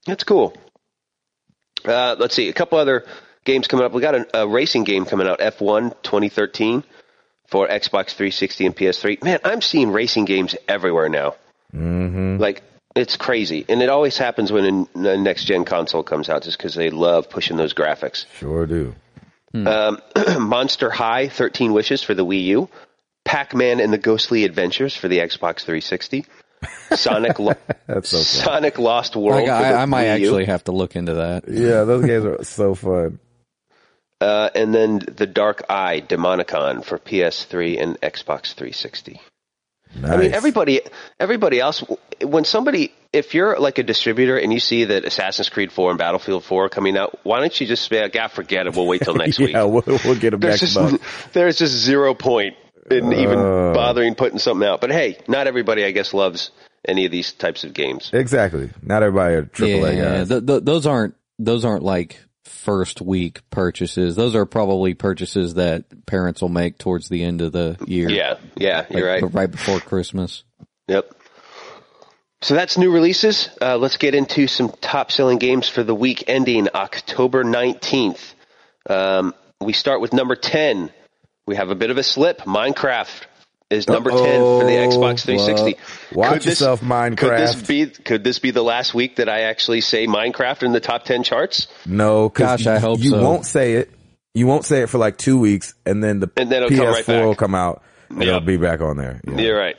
Speaker 2: That's cool. Uh, let's see, a couple other games coming up. We got a, a racing game coming out, F1 2013 for Xbox 360 and PS3. Man, I'm seeing racing games everywhere now.
Speaker 1: hmm
Speaker 2: Like it's crazy, and it always happens when a, a next gen console comes out, just because they love pushing those graphics.
Speaker 1: Sure do.
Speaker 2: Um, Monster High, 13 Wishes for the Wii U. Pac Man and the Ghostly Adventures for the Xbox 360. Sonic, Lo-
Speaker 1: That's so fun.
Speaker 2: Sonic Lost World.
Speaker 3: like,
Speaker 2: for the
Speaker 3: I, I might
Speaker 2: Wii U.
Speaker 3: actually have to look into that.
Speaker 1: Yeah, those games are so fun.
Speaker 2: Uh, and then The Dark Eye, Demonicon for PS3 and Xbox 360.
Speaker 1: Nice.
Speaker 2: I mean, everybody, everybody else. When somebody, if you're like a distributor and you see that Assassin's Creed 4 and Battlefield 4 are coming out, why don't you just be like, ah, forget it. We'll wait till next week.
Speaker 1: yeah, we'll, we'll get them
Speaker 2: there's
Speaker 1: next
Speaker 2: just
Speaker 1: month.
Speaker 2: there's just zero point in even
Speaker 1: Uh.
Speaker 2: bothering putting something out. But hey, not everybody, I guess, loves any of these types of games.
Speaker 1: Exactly. Not everybody are triple A
Speaker 3: yeah,
Speaker 1: guys.
Speaker 3: th- th- those aren't those aren't like first week purchases. Those are probably purchases that parents will make towards the end of the year.
Speaker 2: Yeah, yeah,
Speaker 3: Like,
Speaker 2: you're right.
Speaker 3: but right before Christmas.
Speaker 2: Yep. So that's new releases. Uh, let's get into some top selling games for the week ending October 19th. Um, we start with number 10. We have a bit of a slip. Minecraft is number 10 for the
Speaker 1: Uh-oh.
Speaker 2: Xbox 360.
Speaker 1: Watch
Speaker 2: Could this-
Speaker 1: yourself, Minecraft.
Speaker 2: Could this be could this be the last week that I actually say Minecraft in the top 10 charts?
Speaker 1: No, 'cause
Speaker 3: Gosh, I hope
Speaker 1: you
Speaker 3: so.
Speaker 1: won't say it. You won't say it for like two weeks, and then the
Speaker 2: And then it'll come
Speaker 1: PS4
Speaker 2: right
Speaker 1: will
Speaker 2: back.
Speaker 1: come out, and
Speaker 2: Yeah.
Speaker 1: it'll be back on there. Yeah.
Speaker 2: You're right.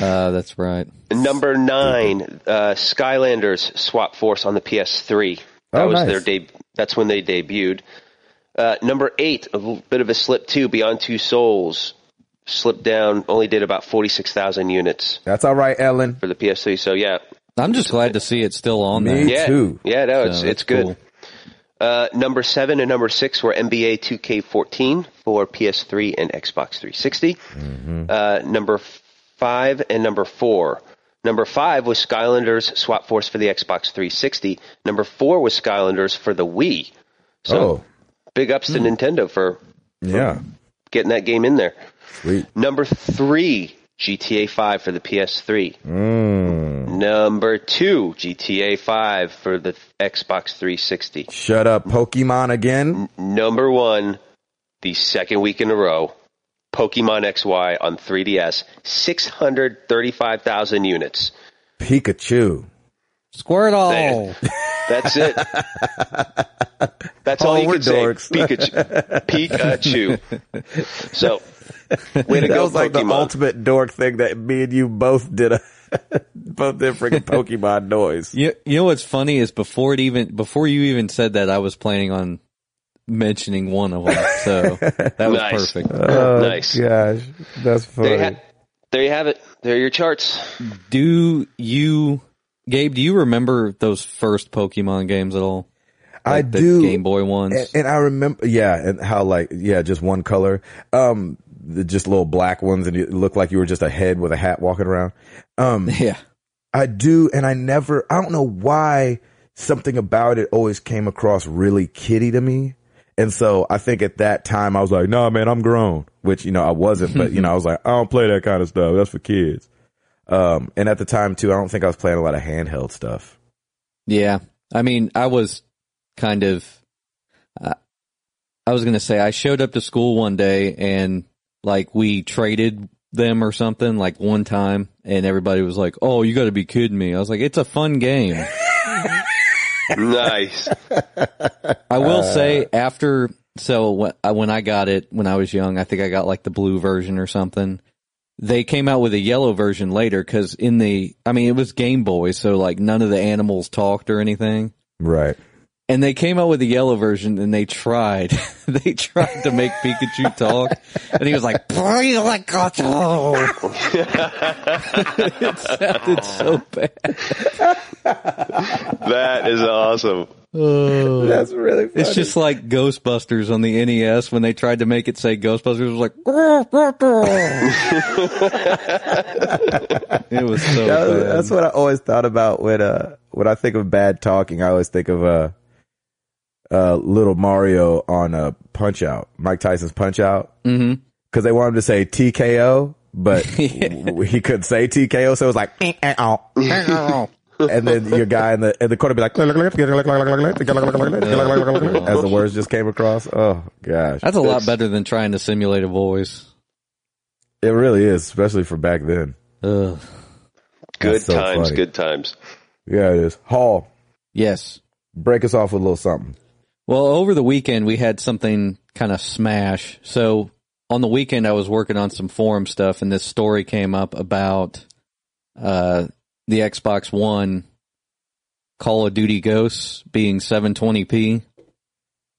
Speaker 3: Uh, that's right.
Speaker 2: Number nine, uh, Skylanders Swap Force on the PS3. That
Speaker 1: Oh,
Speaker 2: was
Speaker 1: nice.
Speaker 2: their deb That's when they debuted. Uh, number eight, a little bit of a slip too. Beyond Two Souls slipped down. Only did about forty six thousand units
Speaker 1: That's all right, Ellen.
Speaker 2: for the PS3. So yeah,
Speaker 3: I'm just glad to see it's still on there.
Speaker 1: Me
Speaker 2: yeah,
Speaker 1: too.
Speaker 2: yeah. No,
Speaker 3: So
Speaker 2: it's
Speaker 3: that's
Speaker 2: it's good.
Speaker 3: cool.
Speaker 2: Uh, number seven and number six were NBA 2K14 for PS3 and Xbox 360. Uh, number five and number four. Number five was Skylanders Swap Force for the Xbox 360. Number four was Skylanders for the Wii. So
Speaker 1: oh,
Speaker 2: big ups to Nintendo for
Speaker 1: yeah,
Speaker 2: getting that game in there.
Speaker 1: sweet.
Speaker 2: Number three, GTA 5 for the PS3.
Speaker 1: Hmm. Mm.
Speaker 2: Number two, GTA 5 for the Xbox 360.
Speaker 1: Shut up, Pokemon again.
Speaker 2: Number one, the second week in a row, Pokemon XY on 3DS, 635,000 units.
Speaker 1: Pikachu.
Speaker 3: Squirtle.
Speaker 2: That's it. That's all
Speaker 1: Oh,
Speaker 2: you
Speaker 1: we're
Speaker 2: can say.
Speaker 1: dorks.
Speaker 2: Pikachu. Pikachu. So, way
Speaker 1: that
Speaker 2: to go,
Speaker 1: was like
Speaker 2: Pokemon.
Speaker 1: the ultimate dork thing that me and you both did. A both did freaking Pokemon noise.
Speaker 3: You, you know what's funny is before it even before you even said that, I was planning on mentioning one of them. So that was
Speaker 2: Nice.
Speaker 3: perfect.
Speaker 1: Oh,
Speaker 2: nice.
Speaker 1: Gosh, that's funny.
Speaker 2: There you, ha- there you have it. There are your charts.
Speaker 3: Do you, Gabe? Do you remember those first Pokemon games at all?
Speaker 1: I
Speaker 3: Like the
Speaker 1: do.
Speaker 3: Game Boy ones.
Speaker 1: And, and I remember, yeah, and how like, yeah, just one color. Um, the, just little black ones and it looked like you were just a head with a hat walking around. Um,
Speaker 3: yeah.
Speaker 1: I do, and I never, I don't know why something about it always came across really kiddie to me. And so I think at that time I was like, nah, man, I'm grown, which, you know, I wasn't, but you know, I was like, I don't play that kind of stuff. That's for kids. Um, and at the time too, I don't think I was playing a lot of handheld stuff.
Speaker 3: Yeah. I mean, I was kind of, uh, I was going to say I showed up to school one day and like we traded them or something like one time and everybody was like, Oh, you got to be kidding me. I was like, it's a fun game.
Speaker 2: nice.
Speaker 3: I will
Speaker 1: Uh.
Speaker 3: say after, so when I, when I got it when I was young, I think I got like the blue version or something. They came out with a yellow version later because in the, I mean, it was Game Boy, so like none of the animals talked or anything.
Speaker 1: Right.
Speaker 3: And they came out with the yellow version and they tried, they tried to make Pikachu talk. And he was like, play like Gato. it sounded so bad.
Speaker 2: That is awesome.
Speaker 1: That's really funny.
Speaker 3: It's just like Ghostbusters on the NES when they tried to make it say Ghostbusters it was like It was so
Speaker 1: That was-
Speaker 3: bad.
Speaker 1: that's what I always thought about when uh when I think of bad talking. I always think of uh uh little Mario on a Punch Out, Mike Tyson's Punch Out,
Speaker 3: Mhm.
Speaker 1: because they wanted him to say TKO, but w- w- he couldn't say TKO, so it was like, "Eh, eh, oh, eh, oh." and then your guy in the in the corner be like, as the words just came across. Oh gosh,
Speaker 3: That's a lot better than trying to simulate a voice.
Speaker 1: it really is, especially for back then.
Speaker 3: Ugh.
Speaker 2: Good
Speaker 1: That's so
Speaker 2: times,
Speaker 1: funny.
Speaker 2: good times.
Speaker 1: Yeah, it is. Hall,
Speaker 3: Yes.
Speaker 1: break us off with a little something.
Speaker 3: Well, over the weekend we had something kind of smash. So on the weekend I was working on some forum stuff and this story came up about uh the Xbox One Call of Duty Ghosts being 720p.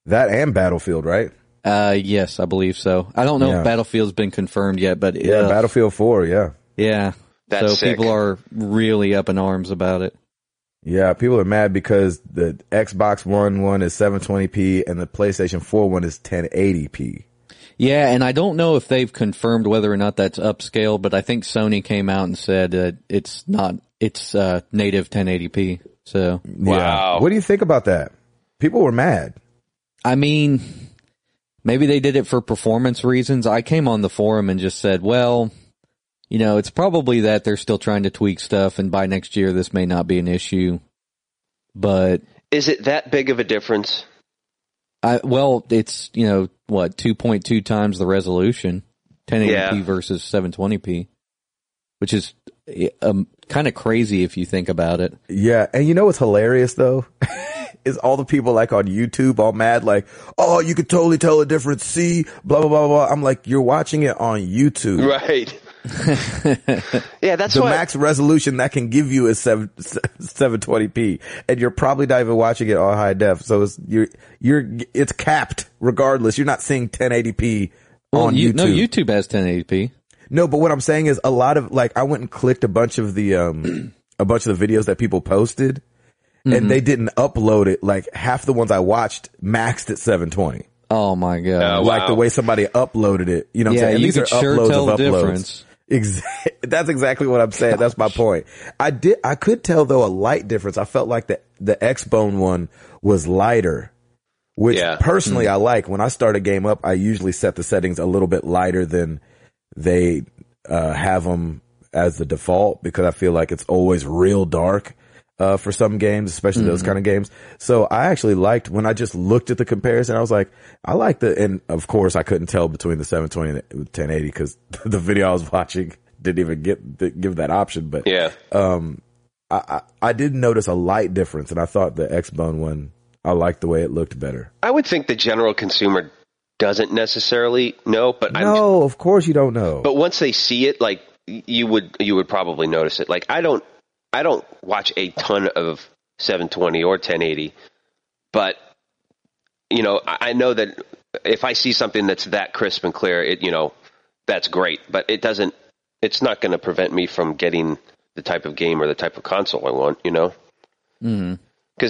Speaker 1: That and Battlefield, right?
Speaker 3: Uh, yes, I believe so. I don't know
Speaker 1: Yeah.
Speaker 3: if Battlefield's been confirmed yet, but
Speaker 1: Yeah,
Speaker 3: uh,
Speaker 1: Battlefield 4, yeah.
Speaker 3: yeah.
Speaker 2: That's
Speaker 3: so
Speaker 2: sick.
Speaker 3: people are really up in arms about it.
Speaker 1: Yeah, people are mad because the Xbox One one is 720p and the PlayStation 4 one is 1080p.
Speaker 3: Yeah, and I don't know if they've confirmed whether or not that's upscale, but I think Sony came out and said uh, it's not. It's uh, native 1080p. So
Speaker 2: Wow.
Speaker 1: What do you think about that? People were mad.
Speaker 3: I mean, maybe they did it for performance reasons. I came on the forum and just said, well, you know, it's probably that they're still trying to tweak stuff, and by next year this may not be an issue. But
Speaker 2: Is it that big of a difference?
Speaker 3: I well, it's you know what, two point two times the resolution, 1080p
Speaker 2: Yeah.
Speaker 3: versus 720p, which is um, kind of crazy if you think about it.
Speaker 1: Yeah, and you know what's hilarious though? is all the people like on YouTube all mad like, "Oh, you could totally tell the difference. See, blah blah blah blah." I'm like, "You're watching it on YouTube."
Speaker 2: Right. yeah, that's
Speaker 1: The
Speaker 2: why.
Speaker 1: max resolution that can give you is 7 720p and you're probably not even watching it on high def. So it's you're you're it's capped regardless. You're not seeing 1080p on
Speaker 3: you,
Speaker 1: YouTube.
Speaker 3: no, YouTube has 1080p.
Speaker 1: No, but what I'm saying is a lot of like I went and clicked a bunch of the um a bunch of the videos that people posted
Speaker 3: Mm-hmm.
Speaker 1: and they didn't upload it. Like half the ones I watched maxed at 720.
Speaker 3: Oh my god!
Speaker 2: Oh,
Speaker 1: Like
Speaker 2: wow.
Speaker 1: the way somebody uploaded it, you know what I'm
Speaker 3: Yeah,
Speaker 1: saying? And
Speaker 3: you
Speaker 1: these
Speaker 3: could
Speaker 1: are
Speaker 3: sure
Speaker 1: uploads
Speaker 3: tell
Speaker 1: of
Speaker 3: the
Speaker 1: uploads.
Speaker 3: difference.
Speaker 1: Exactly. That's exactly what I'm saying. That's my point. I did, I could tell though a light difference. I felt like the, the X-Bone one was lighter, which
Speaker 2: Yeah.
Speaker 1: personally
Speaker 3: Hmm.
Speaker 1: I like. When I start a game up, I usually set the settings a little bit lighter than they, uh, have them as the default because I feel like it's always real dark. Uh, for some games, especially those kind of games. So I actually liked when I just looked at the comparison, I was like, I like the, and of course I couldn't tell between the 720 and the 1080 because the video I was watching didn't even get, didn't give that option, but
Speaker 2: yeah.
Speaker 1: I, I, I did notice a light difference and I thought the X-Bone one, I liked the way it looked better.
Speaker 2: I would think the general consumer doesn't necessarily know, but I'm,
Speaker 1: no, of course you don't know.
Speaker 2: but once they see it, like y- you would you would probably notice it. Like I don't I don't watch a ton of 720 or 1080, but you know I, I know that if I see something that's that crisp and clear, it you know that's great, but it doesn't. It's not going to prevent me from getting the type of game or the type of console I want. You know. Because either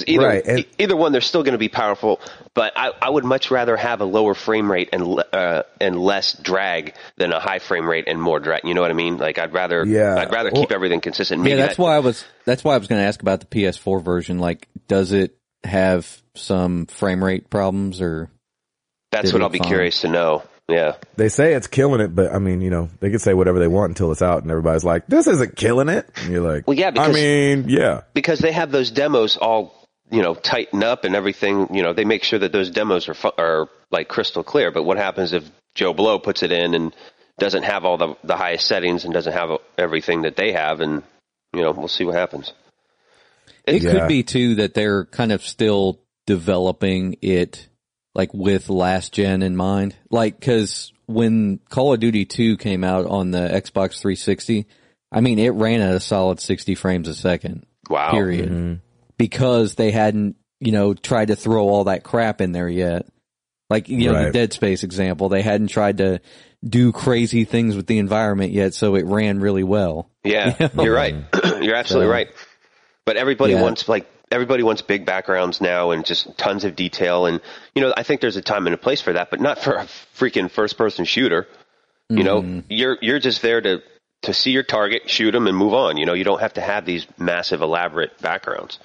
Speaker 1: Mm-hmm. Right, and-
Speaker 2: e- either one, they're still going to be powerful, but I, I would much rather have a lower frame rate and le- uh, and less drag than a high frame rate and more drag. You know what I mean? Like I'd rather
Speaker 1: Yeah.
Speaker 2: I'd rather
Speaker 1: Well-
Speaker 2: keep everything consistent.
Speaker 3: yeah,
Speaker 2: Maybe
Speaker 3: that's
Speaker 2: that-
Speaker 3: why I was. That's why I was going to ask about the PS4 version. Like, does it have some frame rate problems or?
Speaker 2: That's
Speaker 3: Did
Speaker 2: what
Speaker 3: it
Speaker 2: I'll be
Speaker 3: fine.
Speaker 2: curious to know. Yeah.
Speaker 1: They say it's killing it, but I mean, you know, they could say whatever they want until it's out, and everybody's like, "This isn't killing it." And you're like,
Speaker 2: Well, yeah,
Speaker 1: I
Speaker 2: because-
Speaker 1: mean, yeah,
Speaker 2: because they have those demos all you know tighten up and everything you know they make sure that those demos are fu- are like crystal clear but what happens if joe blow puts it in and doesn't have all the the highest settings and doesn't have everything that they have and you know we'll see what happens
Speaker 3: It
Speaker 1: Yeah.
Speaker 3: could be too that they're kind of still developing it like with last gen in mind. Like cause when Call of Duty 2 came out on the Xbox 360, I mean, it ran at a solid 60 frames a second,
Speaker 1: Oh,
Speaker 2: wow
Speaker 3: period.
Speaker 1: mm-hmm.
Speaker 3: Because they hadn't, you know, tried to throw all that crap in there yet. Like, you know, the
Speaker 1: Right.
Speaker 3: Dead Space example, they hadn't tried to do crazy things with the environment yet, so it ran really well.
Speaker 2: yeah you're right you're absolutely
Speaker 3: So-
Speaker 2: right but everybody
Speaker 3: Yeah.
Speaker 2: wants like everybody wants big backgrounds now and just tons of detail and you know i think there's a time and a place for that but not for a freaking first person shooter you know
Speaker 3: Mm-hmm.
Speaker 2: you're you're just there to to see your target shoot them and move on you know you don't have to have these massive elaborate backgrounds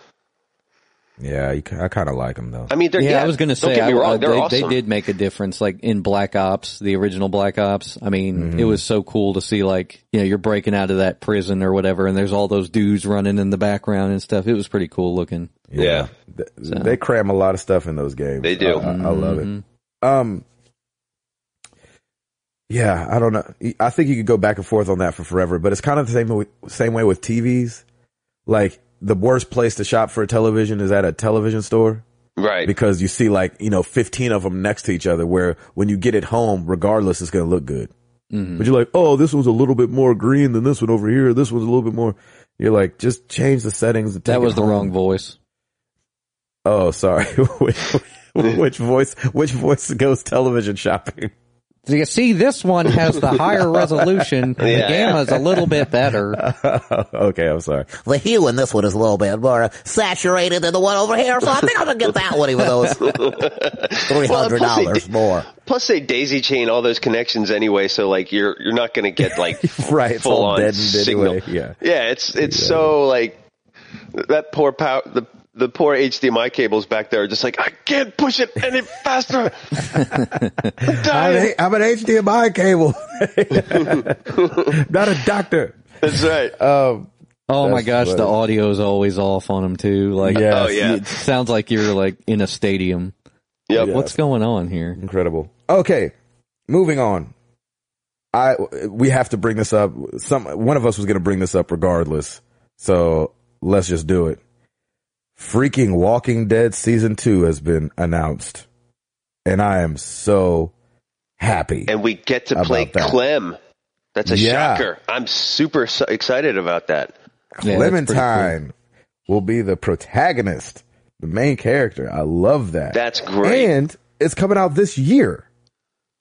Speaker 1: yeah. You, ki- I kind of like them though.
Speaker 2: i mean they're
Speaker 3: yeah,
Speaker 2: yeah,
Speaker 3: I was going to say
Speaker 2: don't get me
Speaker 3: I-
Speaker 2: wrong
Speaker 3: I-
Speaker 2: they're
Speaker 3: they,
Speaker 2: awesome
Speaker 3: they did make a difference, like in Black Ops, the original Black Ops. I mean, it was so cool to see, like you know, you're breaking out of that prison or whatever, and there's all those dudes running in the background and stuff. It was pretty cool looking.
Speaker 2: Yeah.
Speaker 1: Th- They cram a lot of stuff in those games.
Speaker 2: They do.
Speaker 1: I, I- I love
Speaker 3: Mm-hmm.
Speaker 1: it. Um, yeah, I don't know. I think you could go back and forth on that for forever, but it's kind of the same, with- same way with TVs. Like the worst place to shop for a television is at a television store
Speaker 2: right
Speaker 1: because you see like, you know, 15 of them next to each other where when you get it home, regardless, it's going to look good.
Speaker 3: Mm-hmm.
Speaker 1: But you're like, oh, this one's a little bit more green than this one over here. This one's a little bit more. You're like, just change the settings. and take
Speaker 3: That was
Speaker 1: it
Speaker 3: the
Speaker 1: home.
Speaker 3: wrong voice.
Speaker 1: Oh, sorry. which, which voice? Which voice goes television shopping?
Speaker 3: You see, this one has the higher resolution.
Speaker 2: Yeah. gamma's
Speaker 3: a little bit better.
Speaker 1: okay, I'm sorry.
Speaker 5: The hue in this one is a little bit more saturated than the one over here, so I think I'm gonna get that one even though it's three hundred
Speaker 2: plus they
Speaker 5: dollars more.
Speaker 2: plus they daisy chain all those connections anyway so like you're you're not going to get like
Speaker 1: Right, it's
Speaker 2: full
Speaker 1: all
Speaker 2: on
Speaker 1: deadened
Speaker 2: signal
Speaker 1: anyway. Yeah,
Speaker 2: Yeah, it's it's so like that poor power the the poor HDMI cables back there are just like I can't push it any faster. I'm dying.
Speaker 1: I'm an HDMI cable, not a doctor.
Speaker 2: That's right.
Speaker 1: Um,
Speaker 3: Oh my
Speaker 1: That's
Speaker 3: gosh, the
Speaker 1: funny.
Speaker 3: audio's always off on them too. Like,
Speaker 1: Yeah.
Speaker 2: Oh, yeah.
Speaker 3: it sounds like you're like in a stadium.
Speaker 2: Yep.
Speaker 1: yeah.
Speaker 3: What's going on here?
Speaker 1: incredible. Okay, moving on. I we have to bring this up. Some one of us was going to bring this up regardless, so let's just do it. Freaking Walking Dead season two has been announced, and I am so happy.
Speaker 2: And we get to
Speaker 1: About
Speaker 2: play
Speaker 1: that.
Speaker 2: Clem. That's a
Speaker 1: Yeah.
Speaker 2: shocker. I'm super so excited about that.
Speaker 3: Yeah, that's pretty cool.
Speaker 1: Clementine will be the protagonist, the main character. I love that.
Speaker 2: That's great.
Speaker 1: And it's coming out this year.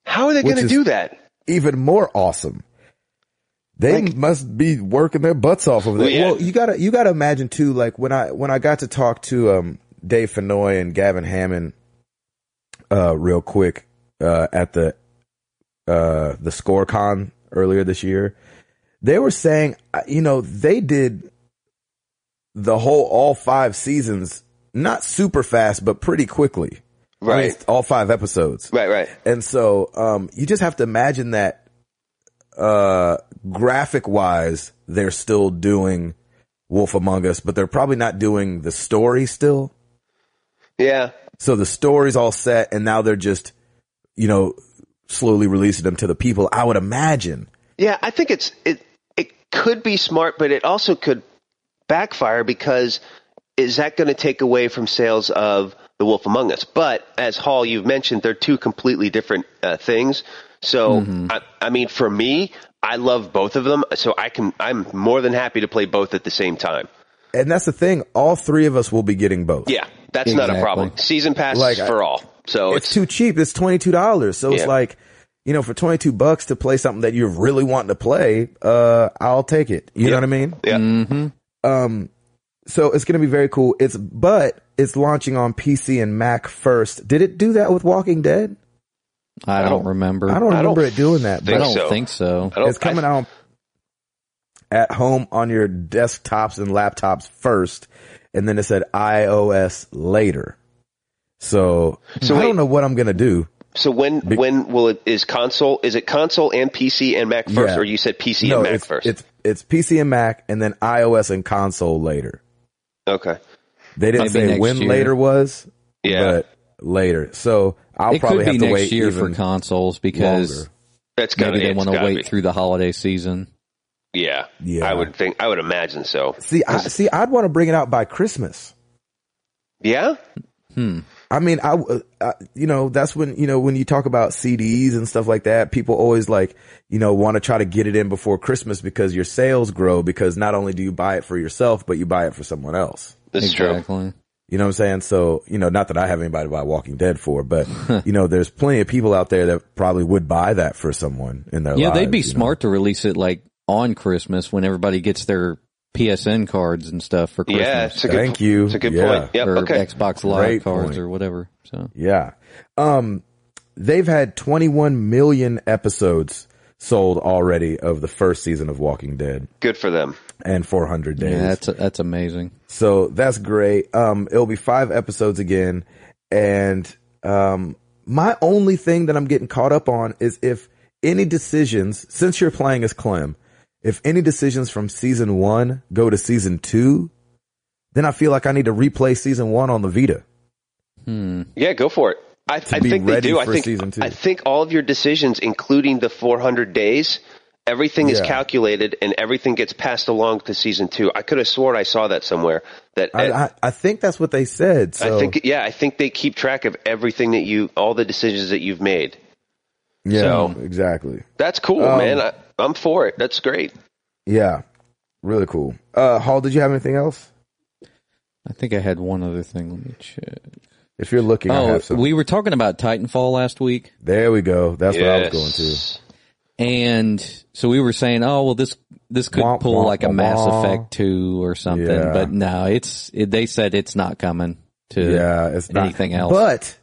Speaker 2: How are they
Speaker 1: which
Speaker 2: going to
Speaker 1: is-
Speaker 2: do that?
Speaker 1: even more awesome. They
Speaker 2: Like-
Speaker 1: must be working their butts off over there.
Speaker 2: Well, yeah.
Speaker 1: Well, you gotta you gotta imagine too. Like when I when I got to talk to um, Dave Fenoy and Gavin Hammond, uh, real quick uh, at the uh, the ScoreCon earlier this year, they were saying uh, you know they did the whole all five seasons not super fast but pretty quickly. I mean,
Speaker 2: Right.
Speaker 1: all five episodes.
Speaker 2: Right, right.
Speaker 1: And so, um, you just have to imagine that, uh, graphic wise, they're still doing Wolf Among Us, but they're probably not doing the story still.
Speaker 2: Yeah.
Speaker 1: So the story's all set and now they're just, you know, slowly releasing them to the people. I would imagine.
Speaker 2: Yeah, I think it's it it could be smart, but it also could backfire because is that going to take away from sales of The Wolf Among Us? But as Hall, you've mentioned, they're two completely different uh, things. So
Speaker 1: Mm-hmm.
Speaker 2: I, I mean, for me, I love both of them, so I can I'm more than happy to play both at the same time.
Speaker 1: And that's the thing. All three of us will be getting both.
Speaker 2: Yeah, that's not a
Speaker 3: Exactly.
Speaker 2: problem. Season passes
Speaker 1: Like, I-
Speaker 2: for all. So
Speaker 1: it's
Speaker 2: it's,
Speaker 1: too cheap. It's twenty two dollars. So it's
Speaker 2: Yeah.
Speaker 1: like, you know, for twenty two bucks to play something that you're really wanting to play, uh, I'll take it. You know
Speaker 2: Yeah.
Speaker 1: what I mean?
Speaker 2: yeah,
Speaker 3: Mm-hmm.
Speaker 1: Um, so it's going to be very cool. It's, but it's launching on PC and Mac first. Did it do that with Walking Dead?
Speaker 3: I don't remember.
Speaker 1: I don't
Speaker 2: I
Speaker 1: remember
Speaker 2: don't
Speaker 1: it doing that,
Speaker 3: I
Speaker 1: but
Speaker 2: think
Speaker 3: don't
Speaker 2: so.
Speaker 3: think so.
Speaker 2: I don't-
Speaker 1: it's coming
Speaker 2: I-
Speaker 1: out at home on your desktops and laptops first. and then it said iOS later. So,
Speaker 2: So
Speaker 1: I
Speaker 2: wait.
Speaker 1: don't know what I'm gonna do.
Speaker 2: So when when will it is console is it console and PC and Mac first
Speaker 1: Yeah.
Speaker 2: or you said PC
Speaker 1: no,
Speaker 2: and Mac
Speaker 1: it's,
Speaker 2: first?
Speaker 1: it's it's PC and Mac, and then iOS and console later.
Speaker 2: okay.
Speaker 1: They didn't
Speaker 3: Maybe
Speaker 1: say
Speaker 3: next
Speaker 1: when
Speaker 3: year.
Speaker 1: later was,
Speaker 2: Yeah.
Speaker 1: but later. So I'll
Speaker 3: it
Speaker 1: probably
Speaker 3: could be
Speaker 1: have to
Speaker 3: next
Speaker 1: wait
Speaker 3: year for
Speaker 1: even
Speaker 3: consoles because
Speaker 1: longer.
Speaker 2: That's gotta,
Speaker 3: maybe they
Speaker 2: it's
Speaker 3: want to
Speaker 2: gotta
Speaker 3: wait
Speaker 2: be.
Speaker 3: through the holiday season.
Speaker 2: Yeah.
Speaker 1: Yeah.
Speaker 2: I would think I would imagine so.
Speaker 1: See, I, see, I'd want to bring it out by Christmas.
Speaker 2: Yeah?
Speaker 3: Hmm,
Speaker 1: I mean, I, w- I- you know, that's when, you know, when you talk about CDs and stuff like that, people always like, you know, want to try to get it in before Christmas because your sales grow because not only do you buy it for yourself, but you buy it for someone else.
Speaker 2: That's true.
Speaker 3: exactly.
Speaker 1: You know what I'm saying? So, you know, not that I have anybody to buy Walking Dead for, but, you know, there's plenty of people out there that probably would buy that for someone in their
Speaker 3: Yeah,
Speaker 1: lives,
Speaker 3: they'd be
Speaker 1: you know?
Speaker 3: smart to release it like on Christmas when everybody gets their PSN cards and stuff for Christmas
Speaker 2: Yeah, it's a good
Speaker 1: Thank you.
Speaker 2: It's a good
Speaker 1: Yeah.
Speaker 2: point. Yep,
Speaker 3: or
Speaker 2: okay.
Speaker 3: Xbox Live
Speaker 1: Great
Speaker 3: cards
Speaker 1: point.
Speaker 3: or whatever. So
Speaker 1: Yeah. Um, they've had 21 million episodes sold already of the first season of Walking Dead
Speaker 2: Good for them.
Speaker 1: and 400 days.
Speaker 3: yeah, that's that's amazing.
Speaker 1: So that's great. Um, it'll be five episodes again. And, um, my only thing that I'm getting caught up on is if any decisions, since you're playing as Clem, if any decisions from season one go to season two, then I feel like I need to replay season one on the Vita.
Speaker 3: Hmm,
Speaker 2: Yeah, go for it. I, I
Speaker 1: be
Speaker 2: think they
Speaker 1: ready
Speaker 2: do. I
Speaker 1: for
Speaker 2: think
Speaker 1: season two.
Speaker 2: I think all of your decisions, including the 400 days, everything is
Speaker 1: Yeah.
Speaker 2: calculated and everything gets passed along to season two. I could have sworn I saw that somewhere. That
Speaker 1: I, I, I think that's what they said. So
Speaker 2: Eh. I think yeah, I think they keep track of everything that you, all the decisions that you've made.
Speaker 1: yeah,
Speaker 2: so-
Speaker 1: exactly.
Speaker 2: That's cool,
Speaker 1: Um,
Speaker 2: man. I, I'm for it. That's great.
Speaker 1: Yeah. Really cool. Uh, Hall, did you have anything else?
Speaker 3: I think I had one other thing. Let me check.
Speaker 1: If you're looking, I
Speaker 3: Oh,
Speaker 1: have some.
Speaker 3: we were talking about Titanfall last week,
Speaker 1: there we go. That's what I was going to.
Speaker 3: and so we were saying, oh well, this this could
Speaker 1: Womp,
Speaker 3: pull
Speaker 1: womp,
Speaker 3: like a
Speaker 1: womp,
Speaker 3: Mass
Speaker 1: womp.
Speaker 3: Effect two or something,
Speaker 1: Yeah.
Speaker 3: but no, it's it, they said it's not coming to
Speaker 1: yeah, it's not
Speaker 3: anything else.
Speaker 1: But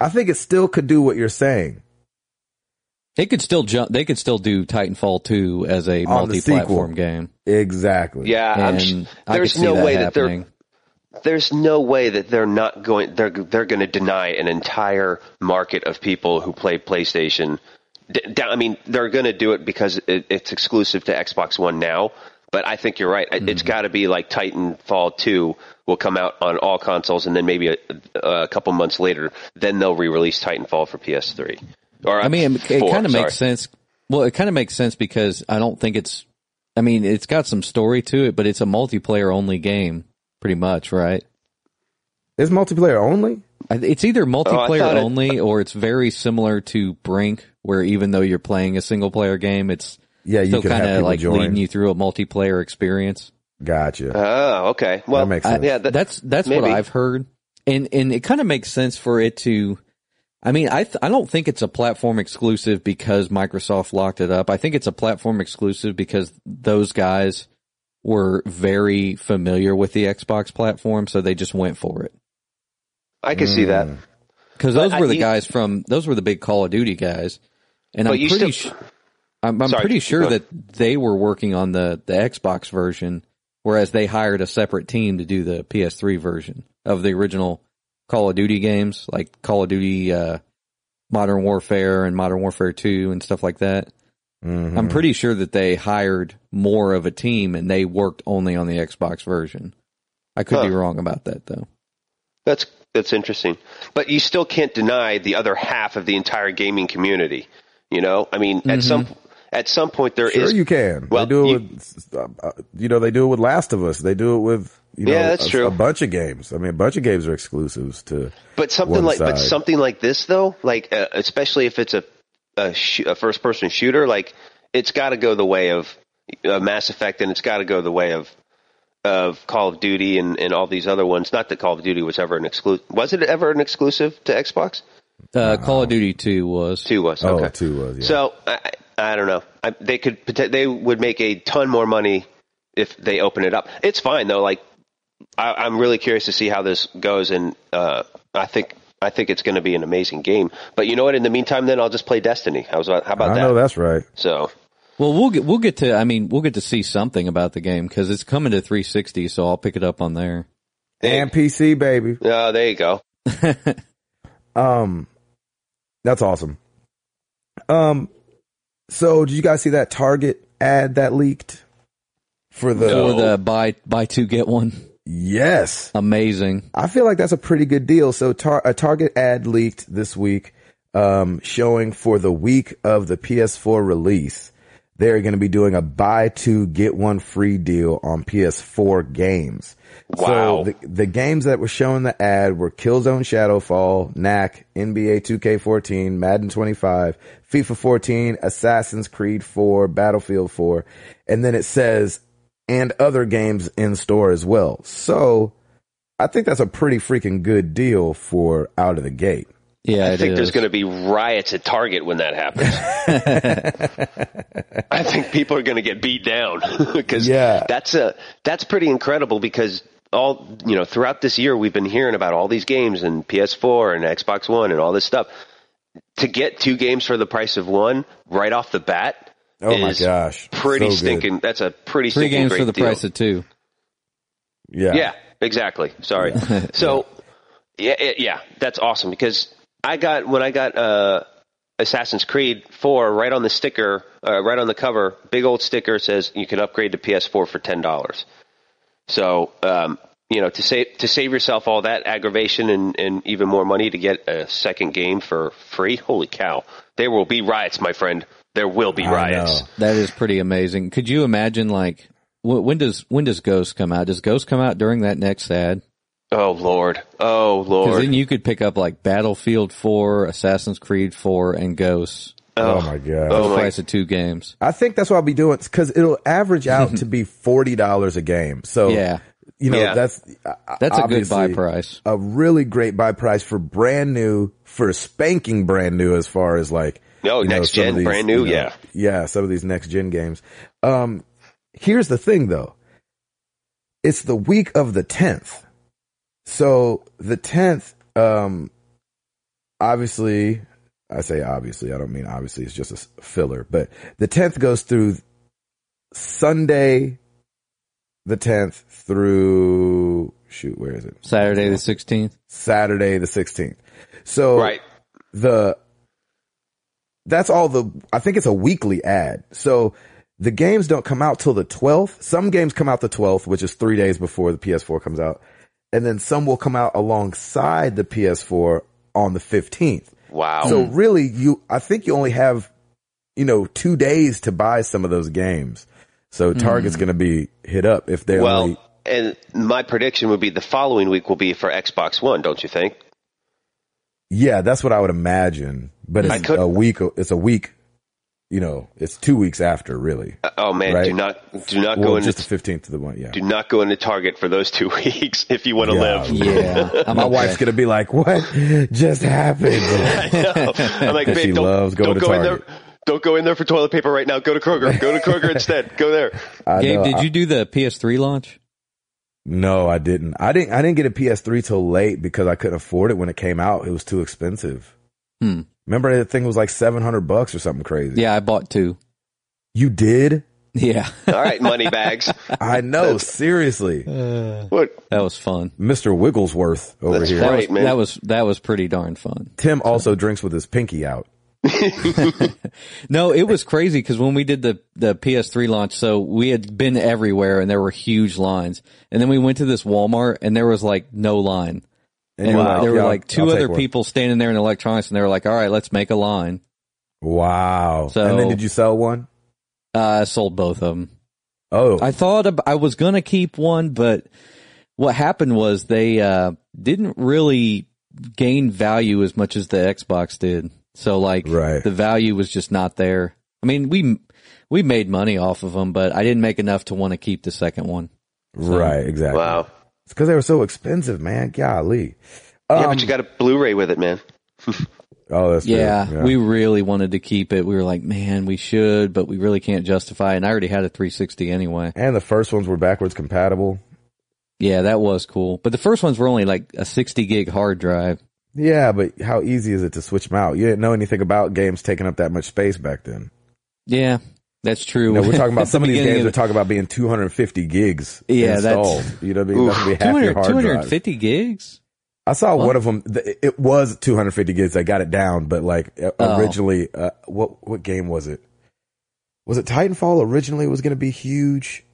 Speaker 1: I think it still could do what you're saying
Speaker 3: They could still jump. They could still do Titanfall two as a
Speaker 1: On the sequel.
Speaker 3: multi-platform game.
Speaker 1: exactly.
Speaker 2: Yeah, I'm,
Speaker 3: And
Speaker 2: sh-
Speaker 3: I could
Speaker 2: there's
Speaker 3: see
Speaker 2: no
Speaker 3: that
Speaker 2: way
Speaker 3: happening.
Speaker 2: that they're there's no way that they're not going they're they're going to deny an entire market of people who play PlayStation. D- d- I mean, they're going to do it because it, it's exclusive to Xbox One now. But I think you're right. It-
Speaker 3: Mm-hmm.
Speaker 2: It's got to be like Titanfall two will come out on all consoles, and then maybe a, a couple months later, then they'll re-release Titanfall for PS3. Or
Speaker 3: I mean, it,
Speaker 2: four,
Speaker 3: kind of
Speaker 2: sorry.
Speaker 3: makes sense. Well, it kind of makes sense because I don't think it's. I mean, it's got some story to it, but it's a multiplayer only game, pretty much, right?
Speaker 1: It's multiplayer only.
Speaker 3: I- It's either multiplayer
Speaker 2: Oh, thought it-
Speaker 3: only or it's very similar to Brink, where even though you're playing a single player game, it's
Speaker 1: Yeah, you
Speaker 3: still
Speaker 1: can have
Speaker 3: kind of
Speaker 1: people
Speaker 3: like
Speaker 1: join.
Speaker 3: leading you through a multiplayer experience.
Speaker 1: Gotcha.
Speaker 2: Oh, okay. Well,
Speaker 1: That makes sense.
Speaker 2: Yeah, that,
Speaker 3: that's that's what
Speaker 2: maybe.
Speaker 3: I've heard, and and it kind of makes sense for it to. I mean, I th- I don't think it's a platform exclusive because Microsoft locked it up. I think it's a platform exclusive because those guys were very familiar with the Xbox platform, so they just went for it.
Speaker 2: I can see
Speaker 3: Mm.
Speaker 2: that.
Speaker 3: Because those
Speaker 2: I-
Speaker 3: were the
Speaker 2: you-
Speaker 3: guys from those were the big Call of Duty guys, and
Speaker 2: But
Speaker 3: I'm
Speaker 2: you
Speaker 3: pretty
Speaker 2: still-
Speaker 3: su- I'm, I'm
Speaker 2: Sorry,
Speaker 3: pretty
Speaker 2: keep
Speaker 3: sure
Speaker 2: going.
Speaker 3: that they were working on the the Xbox version, whereas they hired a separate team to do the PS3 version of the original Call of Duty games, like Call of Duty uh, Modern Warfare and Modern Warfare Two and stuff like that.
Speaker 1: Mhm.
Speaker 3: I'm pretty sure that they hired more of a team and they worked only on the Xbox version. I could be
Speaker 2: Huh.
Speaker 3: wrong about that though.
Speaker 2: That's that's interesting, but you still can't deny the other half of the entire gaming community. You know, I mean, at some at some point there is.
Speaker 1: Mm-hmm. Sure, you can.
Speaker 2: Well,
Speaker 1: they do it
Speaker 2: you-
Speaker 1: with, uh, uh, you know, they do it with Last of Us. They do it with, you know,
Speaker 2: Yeah, that's
Speaker 1: a,
Speaker 2: true.
Speaker 1: a bunch of games. I mean, a bunch of games are exclusives to.
Speaker 2: but something
Speaker 1: one
Speaker 2: like but
Speaker 1: side.
Speaker 2: something like this though, like uh, especially if it's a a, sh- a first person shooter, like it's got to go the way of uh, Mass Effect, and it's got to go the way of of Call of Duty and, and all these other ones. Not that Call of Duty was ever an exclusive. Was it ever an exclusive to Xbox?
Speaker 3: Uh, Call of Duty Two was
Speaker 2: Two was.
Speaker 1: Oh,
Speaker 2: okay.
Speaker 1: two was, yeah.
Speaker 2: So I, I I don't know. I, they could pote- they would make a ton more money if they open it up. It's fine though. Like I, I'm really curious to see how this goes, and uh, I think I think it's going to be an amazing game. But you know what? In the meantime, then I'll just play Destiny. How's how about
Speaker 1: I
Speaker 2: that?
Speaker 1: know that's right.
Speaker 2: So
Speaker 3: Well, we'll get we'll get to. I mean, we'll get to see something about the game because it's coming to 360, so I'll pick it up on there.
Speaker 1: And PC, baby.
Speaker 2: Oh, there you go.
Speaker 1: Um, that's awesome. Um, so did you guys see that Target ad that leaked for the?
Speaker 3: Or the buy buy two get one.
Speaker 1: Yes,
Speaker 3: Amazing.
Speaker 1: I feel like that's a pretty good deal. So tar- a Target ad leaked this week, um, showing for the week of the PS4 release, they're going to be doing a buy two get one free deal on PS4 games.
Speaker 2: Wow.
Speaker 1: So the, the games that were shown in the ad were Killzone Shadowfall, Knack, NBA 2K14, Madden 25, FIFA 14, Assassin's Creed 4, Battlefield 4, and then it says and other games in store as well. So I think that's a pretty freaking good deal for out of the gate.
Speaker 3: Yeah,
Speaker 2: I
Speaker 3: it
Speaker 2: think
Speaker 3: is.
Speaker 2: there's going to be riots at Target when that happens. I think people are going to get beat down because
Speaker 1: Yeah.
Speaker 2: that's a that's pretty incredible because all you know throughout this year we've been hearing about all these games and PS4 and Xbox One and all this stuff. To get two games for the price of one right off the bat
Speaker 1: Oh my
Speaker 2: is
Speaker 1: gosh.
Speaker 2: pretty
Speaker 1: So good.
Speaker 2: stinking. That's a pretty
Speaker 3: Three
Speaker 2: stinking
Speaker 3: games
Speaker 2: great
Speaker 3: for the
Speaker 2: deal.
Speaker 3: price of two.
Speaker 1: Yeah.
Speaker 2: Yeah, exactly. Sorry. so, yeah, yeah, yeah, that's awesome because I got when I got uh, Assassin's Creed Four right on the sticker, uh, right on the cover, big old sticker says you can upgrade to PS4 for ten dollars. So, um, you know, to save to save yourself all that aggravation and, and even more money to get a second game for free, holy cow! There will be riots, my friend. There will be riots.
Speaker 1: know.
Speaker 3: That is pretty amazing. Could you imagine like wh- when does when does Ghost come out? Does Ghost come out during that next ad?
Speaker 2: Oh lord! Oh
Speaker 3: Because
Speaker 2: lord!
Speaker 3: then you could pick up like Battlefield Four, Assassin's Creed Four, and Ghost.
Speaker 1: Oh my god.
Speaker 3: for
Speaker 2: Oh,
Speaker 3: the
Speaker 2: my-
Speaker 3: price of two games.
Speaker 1: I think that's what I'll be doing because it'll average out to be forty dollars a game.
Speaker 2: Oh.
Speaker 1: So
Speaker 3: Yeah.
Speaker 1: you know
Speaker 2: Yeah.
Speaker 1: that's
Speaker 3: That's a good buy
Speaker 1: obviously
Speaker 3: price.
Speaker 1: A really great buy price for brand new, for spanking brand new as far as like
Speaker 2: No,
Speaker 1: you know,
Speaker 2: next
Speaker 1: some of
Speaker 2: gen,
Speaker 1: these,
Speaker 2: brand new,
Speaker 1: you know,
Speaker 2: yeah.
Speaker 1: yeah, some of these next gen games. Um, here's the thing though, it's the week of the tenth, so the tenth, um, obviously, I say obviously, I don't mean obviously, it's just a s- filler, but the tenth goes through Sunday, the tenth through shoot, where is it?
Speaker 3: Saturday the sixteenth.
Speaker 1: Saturday the sixteenth. So
Speaker 2: Right.
Speaker 1: the that's all the I think it's a weekly ad. So the games don't come out till the 12th. Some games come out the 12th, which is 3 days before the PS4 comes out. And then some will come out alongside the PS4 on the 15th.
Speaker 2: Wow.
Speaker 1: So really you I think you only have you know 2 days to buy some of those games. So Target's going to be hit up if they're
Speaker 2: Hmm. Well,
Speaker 1: only-
Speaker 2: and my prediction would be the following week will be for Xbox One, don't you think?
Speaker 1: Yeah, that's what I would imagine. But
Speaker 2: I
Speaker 1: it's
Speaker 2: could-
Speaker 1: a week it's a week you know, it's 2 weeks after really.
Speaker 2: Uh, Oh man,
Speaker 1: Right.
Speaker 2: do not do not go
Speaker 1: Well,
Speaker 2: into
Speaker 1: just the fifteenth of the one. Yeah,
Speaker 2: do not go into Target for those two weeks if you want to
Speaker 1: Yeah.
Speaker 2: live.
Speaker 3: Yeah. I'm
Speaker 1: Uh, my
Speaker 3: okay.
Speaker 1: wife's gonna be like, "What just happened?"
Speaker 2: I'm like,
Speaker 1: She
Speaker 2: babe, don't,
Speaker 1: loves going
Speaker 2: don't
Speaker 1: to
Speaker 2: go in
Speaker 1: Target.
Speaker 2: there. Don't go in there for toilet paper right now. Go to Kroger. Go to Kroger instead. Go there.
Speaker 1: I
Speaker 3: Gabe,
Speaker 1: know,
Speaker 3: did
Speaker 1: I-
Speaker 3: you do the PS3 launch?
Speaker 1: no, I didn't. I didn't. I didn't get a PS3 till late because I couldn't afford it when it came out. It was too expensive.
Speaker 3: Hmm.
Speaker 1: Remember that thing was like seven hundred bucks or something crazy.
Speaker 3: Yeah, I bought two.
Speaker 1: you did.
Speaker 3: Yeah.
Speaker 2: All right, money bags.
Speaker 1: I know. seriously,
Speaker 2: What?
Speaker 3: That was fun.
Speaker 1: Mister Wigglesworth over
Speaker 2: That's
Speaker 1: here.
Speaker 3: That
Speaker 2: Right,
Speaker 3: was,
Speaker 2: man.
Speaker 3: that was that was pretty darn fun.
Speaker 1: Tim also drinks with his pinky out.
Speaker 3: No, it was crazy because when we did the, the PS3 launch, so we had been everywhere and there were huge lines. And then we went to this Walmart and there was like no line. And
Speaker 1: you're like,
Speaker 3: there were
Speaker 1: "Yeah,
Speaker 3: like
Speaker 1: I'll
Speaker 3: two
Speaker 1: take
Speaker 3: other
Speaker 1: one."
Speaker 3: people standing there in electronics and they were like, all right, let's make a line.
Speaker 1: Wow. and then
Speaker 3: So-
Speaker 1: did you sell one?
Speaker 3: Uh, I sold both of them.
Speaker 1: Oh,
Speaker 3: I thought ab- I was going to keep one, but what happened was they, uh, didn't really gain value as much as the Xbox did. So like
Speaker 1: Right.
Speaker 3: the value was just not there. I mean, we, we made money off of them, but I didn't make enough to want to keep the second one.
Speaker 1: right. Exactly.
Speaker 2: Wow.
Speaker 1: It's because they were so expensive, man. Golly. Um,
Speaker 2: yeah, but you got a Blu-ray with it, man.
Speaker 1: Oh, that's true.
Speaker 3: Yeah, we really wanted to keep it. We were like, man, we should, but we really can't justify it. And I already had a 360 anyway.
Speaker 1: And the first ones were backwards compatible.
Speaker 3: Yeah, that was cool. But the first ones were only like a 60 gig hard drive.
Speaker 1: Yeah, but how easy is it to switch them out? You didn't know anything about games taking up that much space back then.
Speaker 3: Yeah. That's true.
Speaker 1: No, we're talking about some of these
Speaker 3: Beginning
Speaker 1: games.
Speaker 3: of-
Speaker 1: We're talking about being 250 gigs
Speaker 3: Yeah, that's-
Speaker 1: installed. you know what I mean? That would be half your hard
Speaker 3: 200,
Speaker 1: drive.
Speaker 3: 250 gigs?
Speaker 1: I saw one of them. th- It was 250 gigs. I got it down, but like uh,
Speaker 3: Oh.
Speaker 1: originally, uh, what what game was it? Was it Titanfall? Originally, was going to be huge.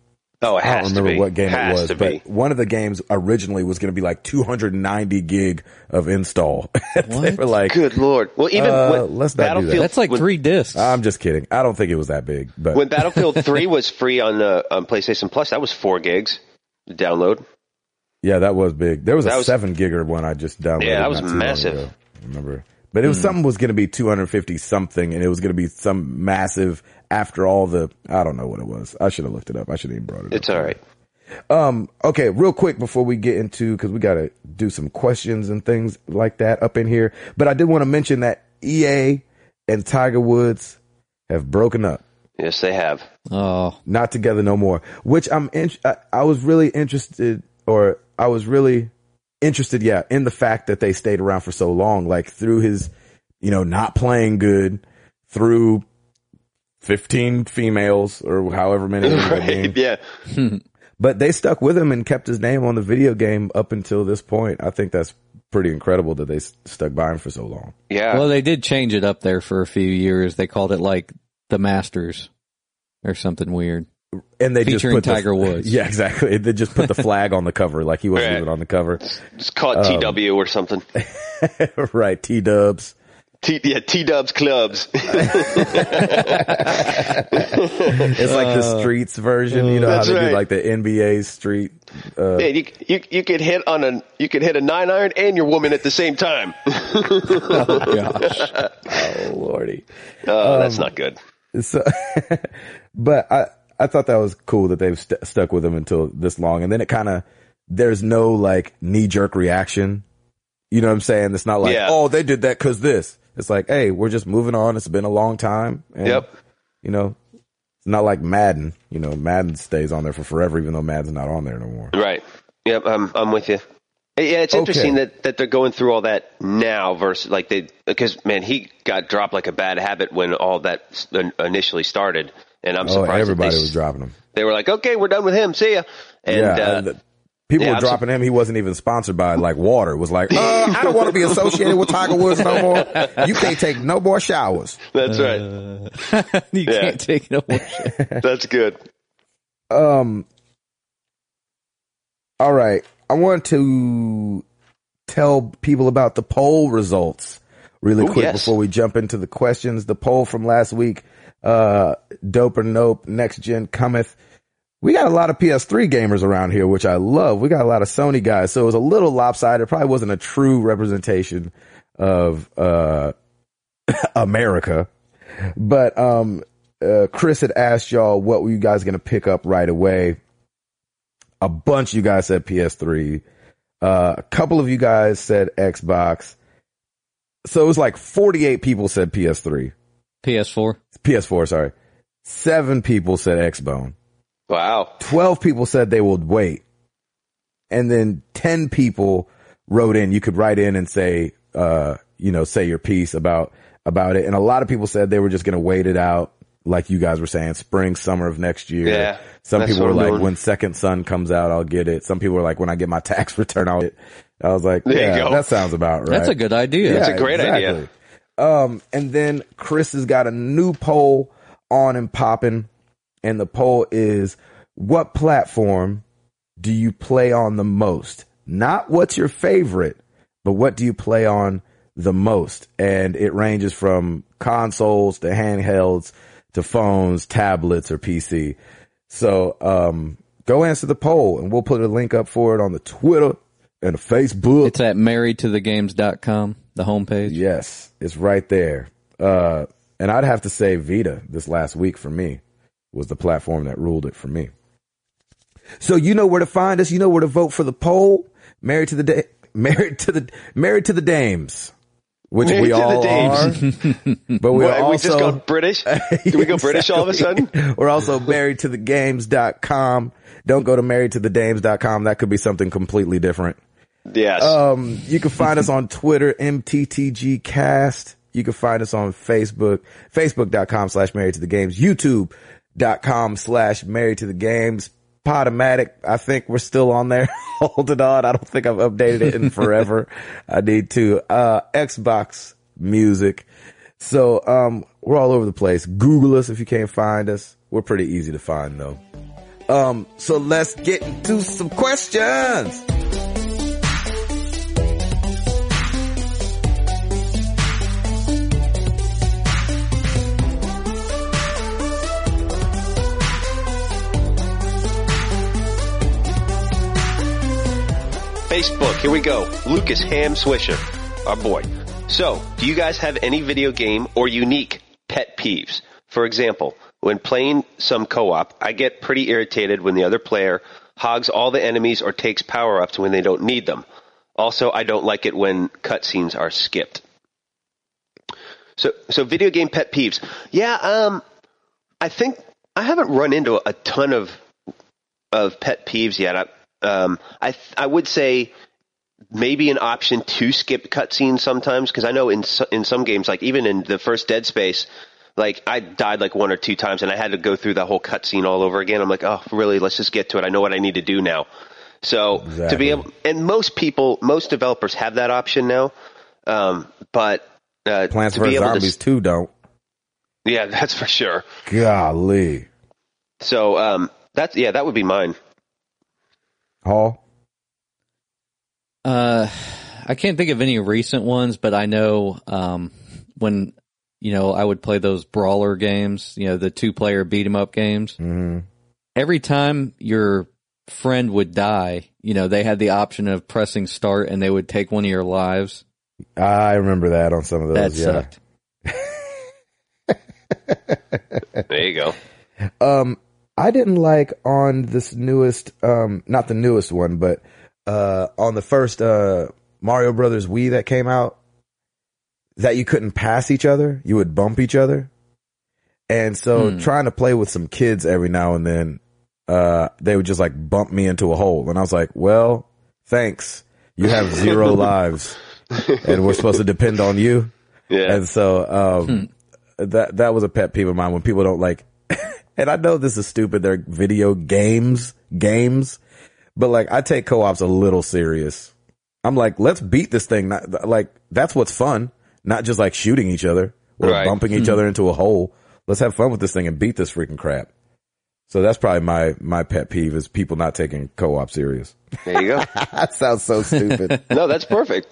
Speaker 2: Oh, it
Speaker 1: I
Speaker 2: has
Speaker 1: don't
Speaker 2: to
Speaker 1: remember
Speaker 2: be.
Speaker 1: what game it
Speaker 2: has
Speaker 1: was,
Speaker 2: to
Speaker 1: but
Speaker 2: be.
Speaker 1: one of the games originally was going to be like 290 gig of install. they
Speaker 3: What?
Speaker 1: were like,
Speaker 2: Good lord! Well, even
Speaker 1: Uh,
Speaker 2: when
Speaker 1: let's not do that.
Speaker 2: Battlefield,
Speaker 3: That's like
Speaker 2: when,
Speaker 3: three discs.
Speaker 1: I'm just kidding. I don't think it was that big, but
Speaker 2: when Battlefield Three was free on the on PlayStation Plus. That was four gigs to download.
Speaker 1: yeah, that was big. There was a
Speaker 2: That was-
Speaker 1: seven gigger one I just downloaded.
Speaker 2: Yeah, that was
Speaker 1: not too long
Speaker 2: massive.
Speaker 1: ago. I remember, but it was something was going to be 250 something, and it was going to be some massive. After all the, I don't know what it was. I should have looked it up. I should have even brought it.
Speaker 2: It's
Speaker 1: up.
Speaker 2: all right.
Speaker 1: Um, okay, real quick before we get into, cause we gotta do some questions and things like that up in here. But I did want to mention that EA and Tiger Woods have broken up.
Speaker 2: Yes, they have.
Speaker 3: oh,
Speaker 1: Not together no more, which I'm, in, I, I was really interested or I was really interested, yeah, in the fact that they stayed around for so long, like through his, you know, not playing good through 15 females or however many. it ended up being.
Speaker 2: Right? Yeah.
Speaker 1: But they stuck with him and kept his name on the video game up until this point. I think that's pretty incredible that they s- stuck by him for so long.
Speaker 2: Yeah.
Speaker 3: well, they did change it up there for a few years. They called it like the Masters or something weird.
Speaker 1: And they just
Speaker 3: Featuring
Speaker 1: put the-
Speaker 3: Tiger Woods.
Speaker 1: Yeah, exactly. They just put the flag on the cover, like he wasn't
Speaker 2: Right.
Speaker 1: even on the cover.
Speaker 2: Just call it
Speaker 1: um,
Speaker 2: TW or something.
Speaker 1: right, T Dubs.
Speaker 2: T, yeah, T Dubs Clubs.
Speaker 1: It's like
Speaker 3: Uh,
Speaker 1: the streets version. You know how
Speaker 2: That's
Speaker 1: they do
Speaker 2: right.
Speaker 1: like the NBA street. Uh,
Speaker 2: yeah, you, you you could hit on a you could hit a nine iron and your woman at the same time. oh,
Speaker 3: Gosh. Oh,
Speaker 1: lordy.
Speaker 2: Oh, that's not good.
Speaker 1: So, but I I thought that was cool that they've st- stuck with him until this long, and then it kind of there's no like knee jerk reaction. You know what I'm saying? It's not like
Speaker 2: Yeah.
Speaker 1: oh they did that because this. It's like hey we're just moving on. It's been a long time. And,
Speaker 2: Yep.
Speaker 1: You know, it's not like Madden. You know, Madden stays on there for forever, even though Madden's not on there no more.
Speaker 2: Right. Yep. I'm I'm with you. Yeah, it's interesting
Speaker 1: Okay.
Speaker 2: that, that they're going through all that now versus like they because man he got dropped like a bad habit when all that s- in- initially started and I'm
Speaker 1: Oh,
Speaker 2: surprised that
Speaker 1: everybody
Speaker 2: they, s-
Speaker 1: was dropping him.
Speaker 2: they were like okay we're done with him see ya and
Speaker 1: yeah,
Speaker 2: uh,
Speaker 1: the- people
Speaker 2: yeah,
Speaker 1: were
Speaker 2: I'm su-
Speaker 1: dropping him. He wasn't even sponsored by like water. It was like, uh, I don't want to be associated with Tiger Woods no more. You can't take no more showers.
Speaker 2: that's
Speaker 3: you can't take it away.
Speaker 2: right that's good
Speaker 1: Um. All right, I want to tell people about the poll results really
Speaker 2: Ooh,
Speaker 1: quick
Speaker 2: yes.
Speaker 1: before we jump into the questions. The poll from last week, uh, dope or nope, next gen cometh. We got a lot of PS3 gamers around here, which I love. We got a lot of Sony guys, so it was a little lopsided. It probably wasn't a true representation of uh America. But um uh Chris had asked y'all what were you guys gonna pick up right away. A bunch of you guys said PS3. Uh a couple of you guys said Xbox. So it was like 48 people said PS3.
Speaker 3: PS4.
Speaker 1: PS4, sorry. Seven people said Xbone.
Speaker 2: wow
Speaker 1: 12 people said they would wait. And then 10 people wrote in. You could write in and say, uh, you know, say your piece about, about it. And a lot of people said they were just going to wait it out. Like you guys were saying, spring, summer of next year.
Speaker 2: Yeah,
Speaker 1: Some
Speaker 2: that's
Speaker 1: people were
Speaker 2: what I'm
Speaker 1: like,
Speaker 2: doing.
Speaker 1: when second son comes out, I'll get it. Some people were like, when I get my tax return, I'll get it. I was like,
Speaker 2: There you
Speaker 1: yeah,
Speaker 2: go.
Speaker 1: that sounds about right.
Speaker 3: That's a good idea.
Speaker 1: Yeah,
Speaker 2: a great idea.
Speaker 1: Um, and then Chris has got a new poll on and popping, and the poll is: What platform do you play on the most? Not what's your favorite, but what do you play on the most? And it ranges from consoles to handhelds to phones, tablets, or PC. So, um, go answer the poll, and we'll put a link up for it on the Twitter and the Facebook.
Speaker 3: It's at marriedtothegames.com, the homepage.
Speaker 1: Yes, it's right there. Uh, and I'd have to say Vita this last week for me was the platform that ruled it for me. So you know where to find us. You know where to vote for the poll. Married to the da- married to the married to the dames, which
Speaker 2: Married
Speaker 1: we
Speaker 2: to the
Speaker 1: all are. But we
Speaker 2: Wait,
Speaker 1: are
Speaker 2: we just
Speaker 1: also
Speaker 2: go British do we go British all of a sudden
Speaker 1: we're also married to the games.com. Don't go to married to the dames.com. That could be something completely different.
Speaker 2: yes
Speaker 1: Um, you can find us on Twitter, MTTGcast. You can find us on Facebook, facebook.com slash married to the games, YouTube, com slash married to the games. Podomatic, I think we're still on there. Hold it on. I don't think I've updated it in forever. I need to. Uh, Xbox music. So, um, we're all over the place. Google us if you can't find us. We're pretty easy to find though. Um, so let's get into some questions.
Speaker 2: Facebook, here we go. Lucas Ham Swisher, our boy. So, do you guys have any video game or unique pet peeves? For example, when playing some co-op, I get pretty irritated when the other player hogs all the enemies or takes power-ups when they don't need them. Also, I don't like it when cutscenes are skipped. So, so video game pet peeves. Yeah, um, I think I haven't run into a ton of of pet peeves yet. I, um, I th- I would say maybe an option to skip cutscenes sometimes because I know in so, in some games like even in the first Dead Space, like I died like one or two times and I had to go through the whole cutscene all over again. I'm like, oh really? Let's just get to it. I know what I need to do now. So to
Speaker 1: Exactly.
Speaker 2: be able, and most people, most developers have that option now, um, but uh,
Speaker 1: Plants
Speaker 2: to
Speaker 1: vs.
Speaker 2: be able to,
Speaker 1: Zombies
Speaker 2: s-
Speaker 1: 2 don't.
Speaker 2: yeah, that's for sure.
Speaker 1: Golly.
Speaker 2: So um, that's yeah, that would be mine.
Speaker 1: Hall?
Speaker 3: Uh, I can't think of any recent ones, but I know um, when you know I would play those brawler games, you know, the two player beat 'em up games.
Speaker 1: Mm-hmm.
Speaker 3: Every time your friend would die, you know, they had the option of pressing start and they would take one of your lives.
Speaker 1: I remember that on some of
Speaker 3: That
Speaker 1: those. Oh, yeah.
Speaker 3: sucked.
Speaker 2: There you go.
Speaker 1: Um, I didn't like on this newest, um, not the newest one, but uh, on the first uh, Mario Brothers Wii that came out, that you couldn't pass each other, you would bump each other, and so
Speaker 3: Hmm.
Speaker 1: trying to play with some kids every now and then, uh, they would just like bump me into a hole, and I was like, "Well, thanks, you have zero lives, and we're supposed to depend on you."
Speaker 2: Yeah. Hmm.
Speaker 1: And so um, that that was a pet peeve of mine when people don't like. and I know this is stupid. They're video games, games, but like I take co-ops a little serious. I'm like, let's beat this thing. Not, like that's what's fun, not just like shooting each other or
Speaker 2: Right. Hmm.
Speaker 1: bumping each other into a hole. Let's have fun with this thing and beat this freaking crap. So that's probably my my pet peeve is people not taking co-op serious.
Speaker 2: There you go.
Speaker 1: that sounds so stupid.
Speaker 2: No, that's perfect.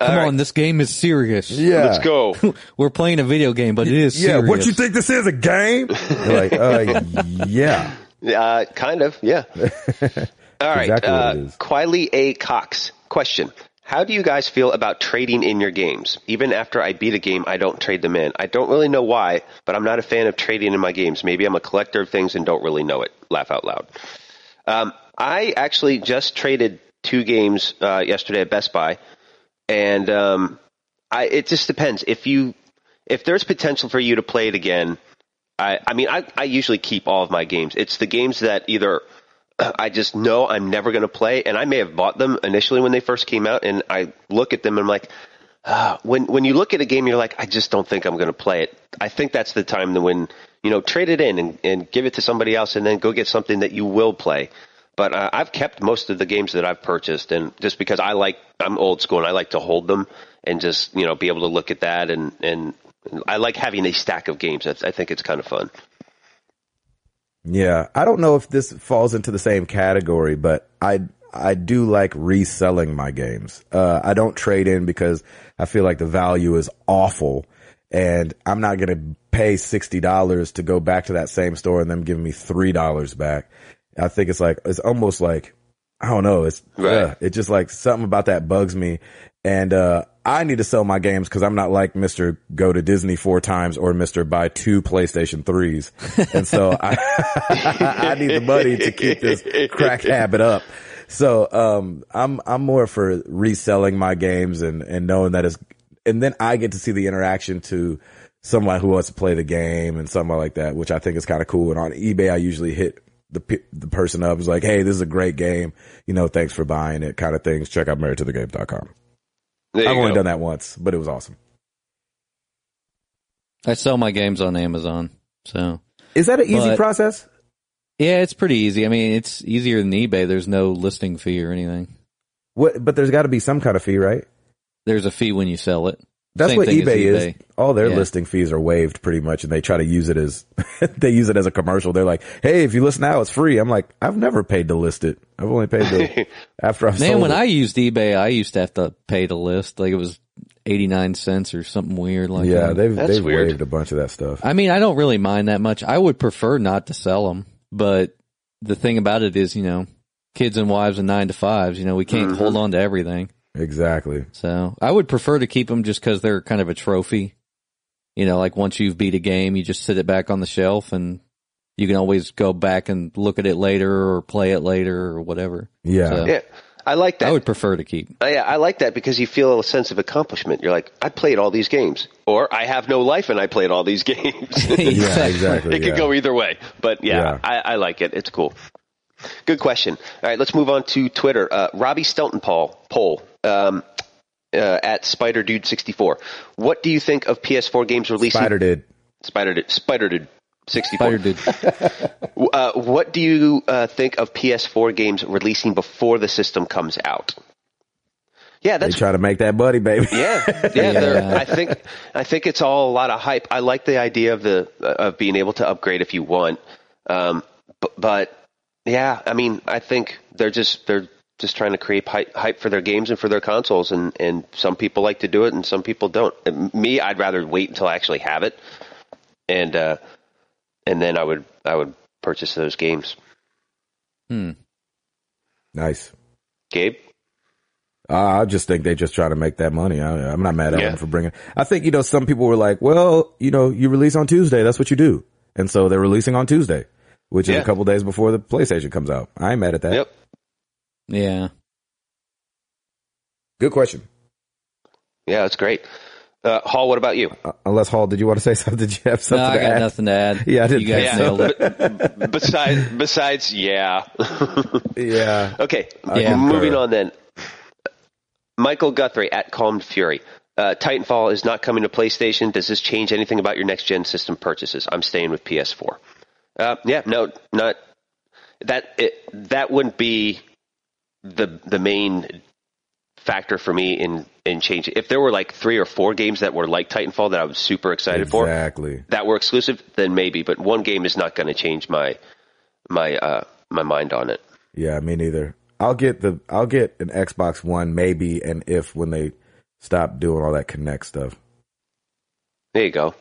Speaker 2: All
Speaker 3: Come
Speaker 2: right,
Speaker 3: on, this game is serious.
Speaker 1: yeah.
Speaker 2: let's go.
Speaker 3: We're playing a video game, but it is
Speaker 1: Yeah,
Speaker 3: serious.
Speaker 1: what you think this is a game? You're like, uh, yeah.
Speaker 2: Uh, kind of, yeah. All right.
Speaker 1: exactly what it
Speaker 2: uh,
Speaker 1: is.
Speaker 2: Quiley A. Cox. Question. How do you guys feel about trading in your games? Even after I beat a game, I don't trade them in. I don't really know why, but I'm not a fan of trading in my games. Maybe I'm a collector of things and don't really know it. Laugh out loud. Um, I actually just traded two games uh, yesterday at Best Buy, and um, I, it just depends. If you if there's potential for you to play it again, I, I mean, I, I usually keep all of my games. It's the games that either I just know I'm never going to play, and I may have bought them initially when they first came out, and I look at them and I'm like, ah, when when you look at a game, you're like, I just don't think I'm going to play it. I think that's the time that when you know trade it in and, and give it to somebody else, and then go get something that you will play. But uh, I've kept most of the games that I've purchased, and just because I like, I'm old school and I like to hold them and just you know be able to look at that, and and I like having a stack of games. That's, I think it's kind of fun.
Speaker 1: Yeah, I don't know if this falls into the same category, but I I do like reselling my games. Uh, I don't trade in because I feel like the value is awful, and I'm not going to pay sixty dollars to go back to that same store and them giving me three dollars back. I think it's like it's almost like I don't know. It's
Speaker 2: Right.
Speaker 1: ugh, it's just like something about that bugs me, and uh, I need to sell my games because I'm not like Mister Go to Disney four times or Mister Buy two PlayStation threes, and so I I need the money to keep this crack habit up. So um, I'm I'm more for reselling my games and and knowing that it's and then I get to see the interaction to someone who wants to play the game and something like that, which I think is kind of cool. And on eBay, I usually hit the pe- the person up is like, "Hey, this is a great game. You know, thanks for buying it." Kind of things. Check out marriedtothegame.com.
Speaker 2: There you
Speaker 1: I've only
Speaker 2: go.
Speaker 1: done that once, but it was awesome.
Speaker 3: I sell my games on Amazon, so
Speaker 1: Is that an easy
Speaker 3: But-
Speaker 1: process?
Speaker 3: Yeah, it's pretty easy. I mean, it's easier than eBay. There's no listing fee or anything.
Speaker 1: What? But there's got to be some kind of fee, right?
Speaker 3: There's a fee when you sell it.
Speaker 1: That's
Speaker 3: Same
Speaker 1: what
Speaker 3: thing as
Speaker 1: eBay is. All their
Speaker 3: Yeah.
Speaker 1: listing fees are waived pretty much, and they try to use it as they use it as a commercial. They're like, "Hey, if you list now, it's free." I'm like, "I've never paid to list it. I've only paid to after I've
Speaker 3: Man,
Speaker 1: sold
Speaker 3: when
Speaker 1: it."
Speaker 3: I used eBay, I used to have to pay to list. Like it was 89 cents or something weird like
Speaker 1: yeah,
Speaker 3: that.
Speaker 1: they've
Speaker 2: That's
Speaker 1: they've
Speaker 2: weird.
Speaker 1: waived a bunch of that stuff.
Speaker 3: I mean, I don't really mind that much. I would prefer not to sell them, but the thing about it is, you know, kids and wives and nine to fives, you know, we can't hold
Speaker 1: Mm-hmm.
Speaker 3: on to everything.
Speaker 1: Exactly.
Speaker 3: So I would prefer to keep them just cause they're kind of a trophy. You know, like once you've beat a game, you just sit it back on the shelf and you can always go back and look at it later or play it later or whatever.
Speaker 1: Yeah.
Speaker 3: So
Speaker 2: Yeah, I like that.
Speaker 3: I would prefer to keep.
Speaker 2: I, I like that because you feel a sense of accomplishment. You're like, I played all these games, or I have no life and I played all these games.
Speaker 1: Yeah, exactly.
Speaker 2: it could
Speaker 1: yeah.
Speaker 2: go either way, but yeah,
Speaker 1: Yeah.
Speaker 2: I, I like it. It's cool. Good question. All right, let's move on to Twitter. Uh, Robbie Stelton Paul poll um, uh, at Spider Dude sixty four. What do you think of PS4 games releasing
Speaker 1: Spider did.
Speaker 2: Spider Dude Spider Dude sixty
Speaker 3: Spider
Speaker 2: four?
Speaker 3: did.
Speaker 2: Uh, what do you uh, think of PS4 games releasing before the system comes out? Yeah,
Speaker 1: They
Speaker 2: that's
Speaker 1: try to make that buddy, baby.
Speaker 2: yeah, yeah. they're- I think I think it's all a lot of hype. I like the idea of the uh, of being able to upgrade if you want, um, but, but yeah, I mean, I think they're just they're just trying to create hype, hype for their games and for their consoles, and and some people like to do it, and some people don't. And me, I'd rather wait until I actually have it, and uh, and then I would I would purchase those games.
Speaker 3: Hmm.
Speaker 1: Nice.
Speaker 2: Gabe,
Speaker 1: Uh, I just think they just try to make that money. I, I'm not mad at
Speaker 2: Yeah.
Speaker 1: them for bringing. I think you know some people were like, "Well, you know, you release on Tuesday. That's what you do." And so they're releasing on Tuesday, which is
Speaker 2: Yeah.
Speaker 1: a couple days before the PlayStation comes out. I ain't mad at that.
Speaker 2: yep.
Speaker 3: Yeah.
Speaker 1: Good question.
Speaker 2: Yeah, that's great. Uh, Hall, what about you?
Speaker 1: Uh, unless Hall, did you want to say something? Did you have
Speaker 3: No,
Speaker 1: something
Speaker 3: I
Speaker 1: to
Speaker 3: got
Speaker 1: add?
Speaker 3: nothing to add.
Speaker 1: Yeah, I didn't
Speaker 3: You guys
Speaker 1: think
Speaker 3: nailed it.
Speaker 2: but- besides, besides, yeah.
Speaker 1: Yeah.
Speaker 2: okay,
Speaker 3: Yeah.
Speaker 2: moving
Speaker 1: concur.
Speaker 2: on then. Michael Guthrie at Calmed Fury. Uh, Titanfall is not coming to PlayStation. Does this change anything about your next gen system purchases? I'm staying with PS4. Uh, yeah, no, not that. It, that wouldn't be the the main factor for me in in changing. If there were like three or four games that were like Titanfall that I was super excited for,
Speaker 1: Exactly.
Speaker 2: that were exclusive, then maybe. But one game is not going to change my my uh, my mind on it.
Speaker 1: Yeah, me neither. I'll get the I'll get an Xbox One maybe, and if when they stop doing all that Connect stuff.
Speaker 2: There you go.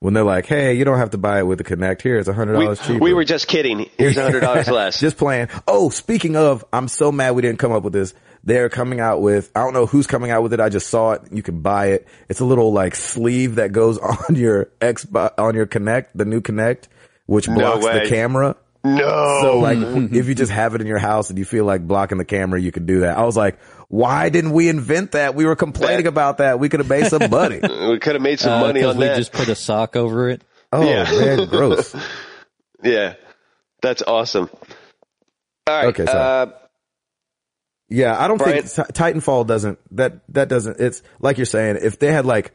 Speaker 1: When they're like, "Hey, you don't have to buy it with the Connect. Here, it's a hundred
Speaker 2: We,
Speaker 1: dollars cheaper."
Speaker 2: we were just kidding. Here's hundred dollars less.
Speaker 1: Just playing. Oh, speaking of, I'm so mad we didn't come up with this. They're coming out with, I don't know who's coming out with it. I just saw it. You can buy it. It's a little like sleeve that goes on your Xbox, on your Connect, the new Connect, which blocks
Speaker 2: way.
Speaker 1: the camera.
Speaker 2: no.
Speaker 1: So like,
Speaker 2: Hmm.
Speaker 1: if you just have it in your house and you feel like blocking the camera, you can do that. I was like, why didn't we invent that? We were complaining
Speaker 2: That-
Speaker 1: about that. We could have made some money.
Speaker 2: we could have made some
Speaker 3: Uh,
Speaker 2: money
Speaker 3: 'cause
Speaker 2: on
Speaker 3: we
Speaker 2: that.
Speaker 3: just put a sock over it.
Speaker 1: Oh
Speaker 2: Yeah.
Speaker 1: man, gross.
Speaker 2: yeah, that's awesome. All right.
Speaker 1: Okay, sorry.
Speaker 2: uh,
Speaker 1: Yeah, I don't
Speaker 2: Brian-
Speaker 1: think Ti- Titanfall doesn't that that doesn't it's like you're saying if they had like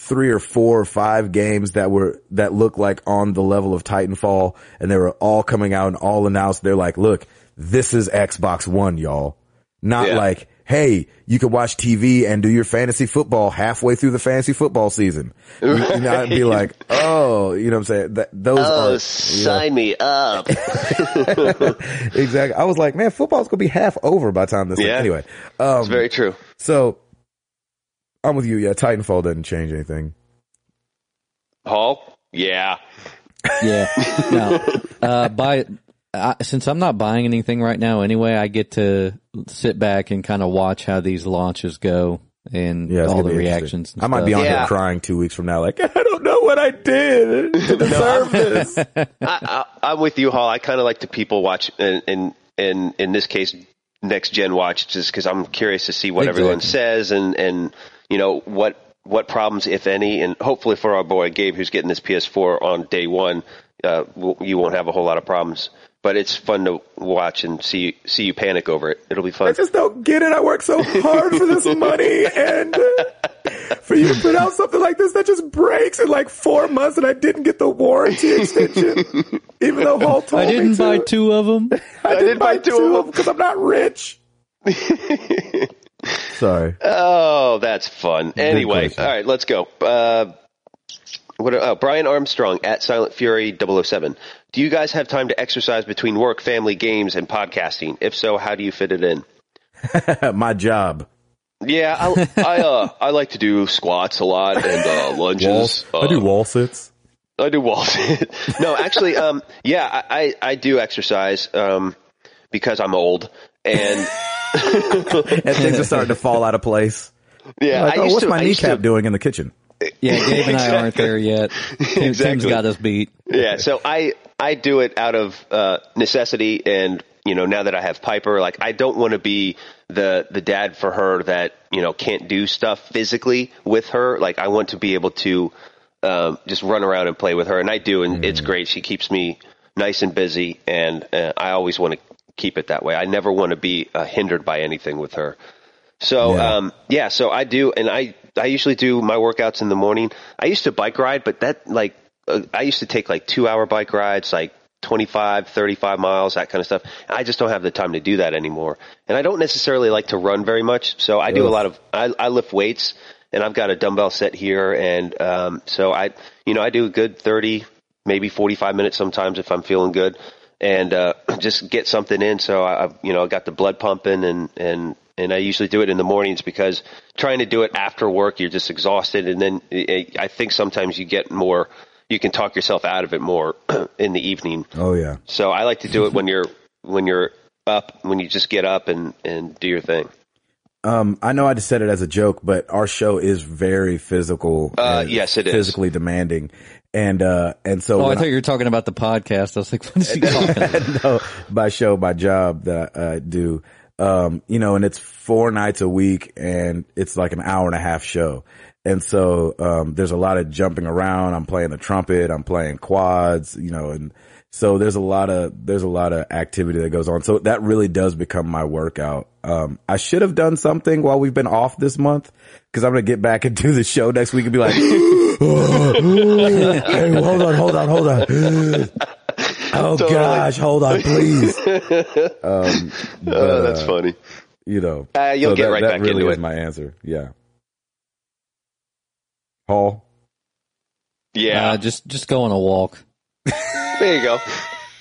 Speaker 1: three or four or five games that were that look like on the level of Titanfall and they were all coming out and all announced they're like, "Look, this is Xbox 1, y'all." Not
Speaker 2: Yeah.
Speaker 1: like, "Hey, you can watch TV and do your fantasy football halfway through the fantasy football season." You, you know, I'd be like, "Oh, you know what I'm saying? That those
Speaker 2: oh,
Speaker 1: are
Speaker 2: sign me up.
Speaker 1: exactly." I was like, "Man, football's going to be half over by the time this thing-
Speaker 2: Yeah.
Speaker 1: anyway." Um
Speaker 2: It's very true.
Speaker 1: So I'm with you. Yeah, Titanfall doesn't change anything.
Speaker 2: Hall. Yeah.
Speaker 3: Yeah. No. Uh, buy I, since I'm not buying anything right now anyway, I get to sit back and kind of watch how these launches go and
Speaker 1: Yeah, it's
Speaker 3: all
Speaker 1: gonna
Speaker 3: the
Speaker 1: be interesting.
Speaker 3: reactions. and
Speaker 1: I might be on
Speaker 3: stuff.
Speaker 2: Yeah.
Speaker 1: here crying two weeks from now, like I don't know what I did to deserve this.
Speaker 2: I, I, I'm with you, Hall. I kind of like to people watch, and and and in this case, next gen watch, just because I'm curious to see what
Speaker 3: Exactly.
Speaker 2: everyone says and and you know what what problems, if any, and hopefully for our boy Gabe, who's getting this PS4 on day one, uh, w- you won't have a whole lot of problems. But it's fun to watch and see see you panic over it. It'll be
Speaker 1: I
Speaker 2: fun.
Speaker 1: just don't get it. I worked so hard for this money, and uh, for you to put out something like this that just breaks in like four months and I didn't get the warranty extension. Even though Hall told
Speaker 3: I
Speaker 1: me
Speaker 3: didn't
Speaker 1: to.
Speaker 3: buy two of them.
Speaker 1: I didn't,
Speaker 2: didn't
Speaker 1: buy,
Speaker 2: buy
Speaker 1: two
Speaker 2: two of
Speaker 1: of them because I'm not rich. Sorry.
Speaker 2: Oh, that's fun. Anyway,
Speaker 1: question.
Speaker 2: all right, let's go. Uh, what? are- Oh, Brian Armstrong at Silent Fury 007. Do you guys have time to exercise between work, family, games, and podcasting? If so, how do you fit it in?
Speaker 1: My job.
Speaker 2: Yeah, I I, uh, I like to do squats a lot and uh, lunges.
Speaker 1: I do
Speaker 2: Uh,
Speaker 1: wall sits.
Speaker 2: I do walls. no, actually, um, yeah, I, I I do exercise um, because I'm old and
Speaker 1: And things are starting to fall out of place.
Speaker 2: yeah,
Speaker 1: Like,
Speaker 2: I
Speaker 1: oh,
Speaker 2: used
Speaker 1: what's
Speaker 2: to,
Speaker 1: my
Speaker 2: I used
Speaker 1: kneecap
Speaker 2: to-
Speaker 1: doing in the kitchen?
Speaker 3: Yeah, Gabe and I aren't there yet. Tim, has
Speaker 2: Exactly.
Speaker 3: got us beat.
Speaker 2: yeah so i i do it out of uh necessity and you know now that i have piper like i don't want to be the the dad for her that you know can't do stuff physically with her like i want to be able to um just run around and play with her and i do and it's great she keeps me nice and busy and uh, i always want to keep it that way i never want to be uh, hindered by anything with her so
Speaker 1: Yeah.
Speaker 2: um yeah, so I do and I I usually do my workouts in the morning. I used to bike ride, but that like uh, I used to take like 2-hour bike rides like 25, 35 miles, that kind of stuff. I just don't have the time to do that anymore. And I don't necessarily like to run very much, so I do a lot of I I lift weights and I've got a dumbbell set here and um so I you know, I do a good 30 maybe 45 minutes sometimes if I'm feeling good and uh, just get something in. So I, I've, you know, I got the blood pumping and, and, and I usually do it in the mornings because trying to do it after work, you're just exhausted. And then eh, I think sometimes you get more, you can talk yourself out of it more in the evening.
Speaker 1: Oh yeah.
Speaker 2: So I like to do it when you're, when you're up, when you just get up and, and do your thing.
Speaker 1: Um, I know I just said it as a joke, but our show is very physical.
Speaker 2: Uh,
Speaker 1: and
Speaker 2: yes, it is.
Speaker 1: physically demanding, and uh, and so
Speaker 3: Oh, I
Speaker 1: when
Speaker 3: thought you were talking about the podcast. I was like, what is he talking about?
Speaker 1: no, my show, my job that I uh, do. Um, you know, and it's four nights a week and it's like an hour and a half show. And so, um, there's a lot of jumping around. I'm playing the trumpet. I'm playing quads, you know, and so there's a lot of, there's a lot of activity that goes on. So that really does become my workout. Um, I should have done something while we've been off this month because I'm going to get back and do the show next week and be like, hey, hold on, hold on, hold on. Oh
Speaker 2: Totally.
Speaker 1: gosh, hold on, please. um, but,
Speaker 2: Uh, that's
Speaker 1: uh,
Speaker 2: funny.
Speaker 1: You know,
Speaker 2: Uh, you'll
Speaker 1: so
Speaker 2: get
Speaker 1: that,
Speaker 2: right
Speaker 1: that
Speaker 2: back
Speaker 1: really
Speaker 2: into
Speaker 1: is
Speaker 2: it.
Speaker 1: my answer. Yeah. Paul,
Speaker 2: Yeah.
Speaker 3: Uh, just, just go on a walk.
Speaker 2: there you go.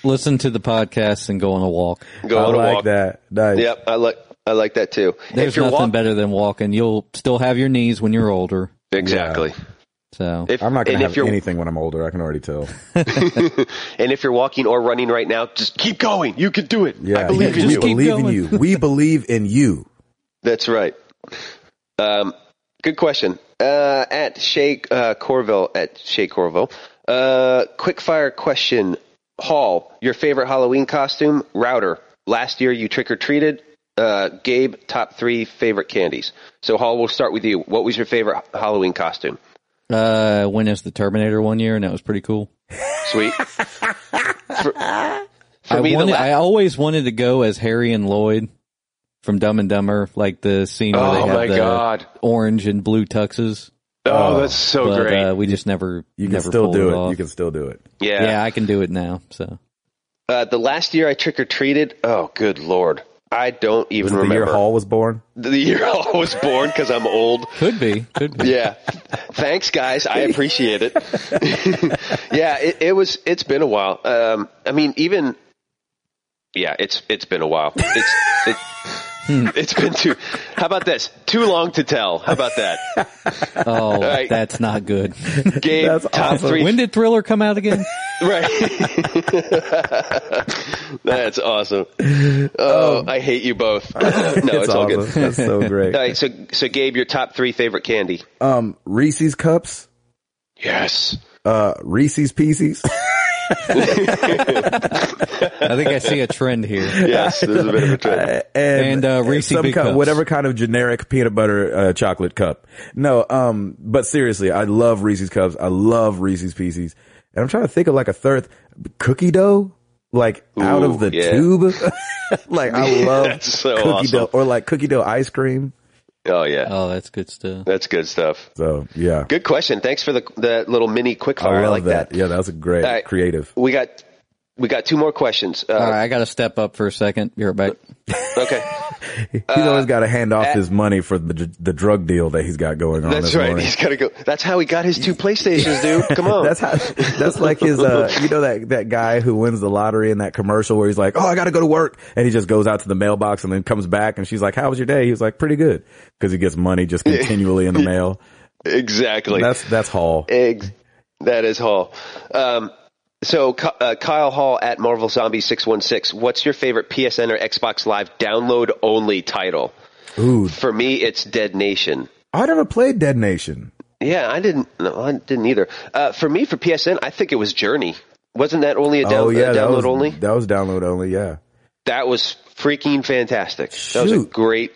Speaker 3: Listen to the podcast and go on a walk.
Speaker 2: Go
Speaker 1: I
Speaker 2: on a
Speaker 1: like
Speaker 2: walk.
Speaker 1: that. Nice.
Speaker 2: Yep. I like, I like that too.
Speaker 3: There's nothing better than walking. You'll still have your knees when you're older.
Speaker 2: Exactly.
Speaker 3: So
Speaker 2: If,
Speaker 1: I'm not going
Speaker 2: and
Speaker 1: to
Speaker 2: if
Speaker 1: have
Speaker 2: you're-
Speaker 1: anything when I'm older. I can already tell.
Speaker 2: And if you're walking or running right now, just keep going. You can do it.
Speaker 1: Yeah,
Speaker 2: I believe in
Speaker 1: we
Speaker 2: you.
Speaker 3: keep
Speaker 1: believe in
Speaker 3: going.
Speaker 1: you. We believe in you.
Speaker 2: That's right. Um, good question. Uh, at Shay uh, Corville, at Shay Corville. Uh, quick fire question. Hall, your favorite Halloween costume? Router. Last year you trick or treated. Uh, Gabe, top three favorite candies. So Hall, we'll start with you. What was your favorite Halloween costume?
Speaker 3: uh, went as the Terminator one year, and that was pretty cool.
Speaker 2: Sweet. for, for
Speaker 3: I
Speaker 2: me,
Speaker 3: wanted,
Speaker 2: the la-
Speaker 3: I always wanted to go as Harry and Lloyd from Dumb and Dumber, like the scene where they
Speaker 2: oh
Speaker 3: have
Speaker 2: my
Speaker 3: the
Speaker 2: god!
Speaker 3: orange and blue tuxes.
Speaker 2: Oh, that's so
Speaker 3: but
Speaker 2: great.
Speaker 3: Uh, we just never
Speaker 1: You can
Speaker 3: never
Speaker 1: still
Speaker 3: pulled
Speaker 1: do it.
Speaker 3: off.
Speaker 1: You can still do it.
Speaker 3: yeah. I can do it now. So
Speaker 2: Uh, the last year I trick or treated. Oh, good lord! I don't
Speaker 1: Was
Speaker 2: even
Speaker 1: it the year
Speaker 2: remember
Speaker 1: Hall was born?
Speaker 2: the year I was born because I'm old.
Speaker 3: could be, could be.
Speaker 2: Yeah, thanks guys, I appreciate it. yeah, it, it was. It's been a while. Um, I mean, even yeah, it's it's been a while. It's it,
Speaker 1: Hmm.
Speaker 2: it's been too. How about this? Too long to tell. How about that?
Speaker 3: Oh,
Speaker 2: right.
Speaker 3: that's not good.
Speaker 2: Gabe,
Speaker 1: That's
Speaker 2: top
Speaker 1: awesome.
Speaker 2: three.
Speaker 3: when did Thriller come out again?
Speaker 2: right. That's awesome. Oh, I hate you both. no, it's, all
Speaker 1: awesome.
Speaker 2: good.
Speaker 1: That's so great.
Speaker 2: All right, so so Gabe, your top three favorite candy?
Speaker 1: Um, Reese's cups,
Speaker 2: Yes.
Speaker 1: uh, Reese's pieces.
Speaker 3: I think I see a trend here.
Speaker 2: Yes, there's a bit of a trend.
Speaker 1: and,
Speaker 3: And, uh, Reese's
Speaker 1: some
Speaker 3: Big
Speaker 1: kind-
Speaker 3: Cups.
Speaker 1: whatever kind of generic peanut butter uh, chocolate cup. No, um, but seriously, I love Reese's cups. I love Reese's Pieces, and I'm trying to think of like a third cookie dough, like out
Speaker 2: Ooh,
Speaker 1: of the
Speaker 2: yeah.
Speaker 1: tube. like I love
Speaker 2: That's so
Speaker 1: cookie
Speaker 2: awesome.
Speaker 1: dough or like cookie dough ice cream.
Speaker 2: Oh yeah,
Speaker 3: Oh, that's good stuff.
Speaker 2: that's good stuff.
Speaker 1: So yeah,
Speaker 2: Good question. Thanks for the that little mini quick
Speaker 1: I
Speaker 2: fire.
Speaker 1: love
Speaker 2: like that.
Speaker 1: that. Yeah, that was a great
Speaker 2: All right.
Speaker 1: creative.
Speaker 2: We got we got two more questions. Uh,
Speaker 3: All right, I got to step up for a second. You're back.
Speaker 2: Okay,
Speaker 1: He's
Speaker 2: Uh,
Speaker 1: always got to hand off his money for the the drug deal that he's got going on.
Speaker 2: that's
Speaker 1: this
Speaker 2: right.
Speaker 1: morning.
Speaker 2: He's got to go. That's how he got his two PlayStations, dude. Come on.
Speaker 1: That's how. That's like his. Uh, you know that that guy who wins the lottery in that commercial where he's like, "Oh, I got to go to work," and he just goes out to the mailbox and then comes back, and she's like, "How was your day?" He was like, "Pretty good," because he gets money just continually in the mail.
Speaker 2: exactly.
Speaker 1: That's that's Hall.
Speaker 2: Ex- that is Hall. Um, so Ky- uh, Kyle Hall at Marvel Zombie six one six. What's your favorite PSN or Xbox Live download only title?
Speaker 1: Ooh,
Speaker 2: For me, it's Dead Nation.
Speaker 1: I never played Dead Nation.
Speaker 2: Yeah, I didn't. No, I didn't either. Uh, for me, for PSN, I think it was Journey. Wasn't that only a down,
Speaker 1: oh yeah,
Speaker 2: uh,
Speaker 1: that
Speaker 2: download
Speaker 1: was,
Speaker 2: only?
Speaker 1: That was download only. Yeah.
Speaker 2: That was freaking fantastic. That was a
Speaker 1: Shoot.
Speaker 2: great,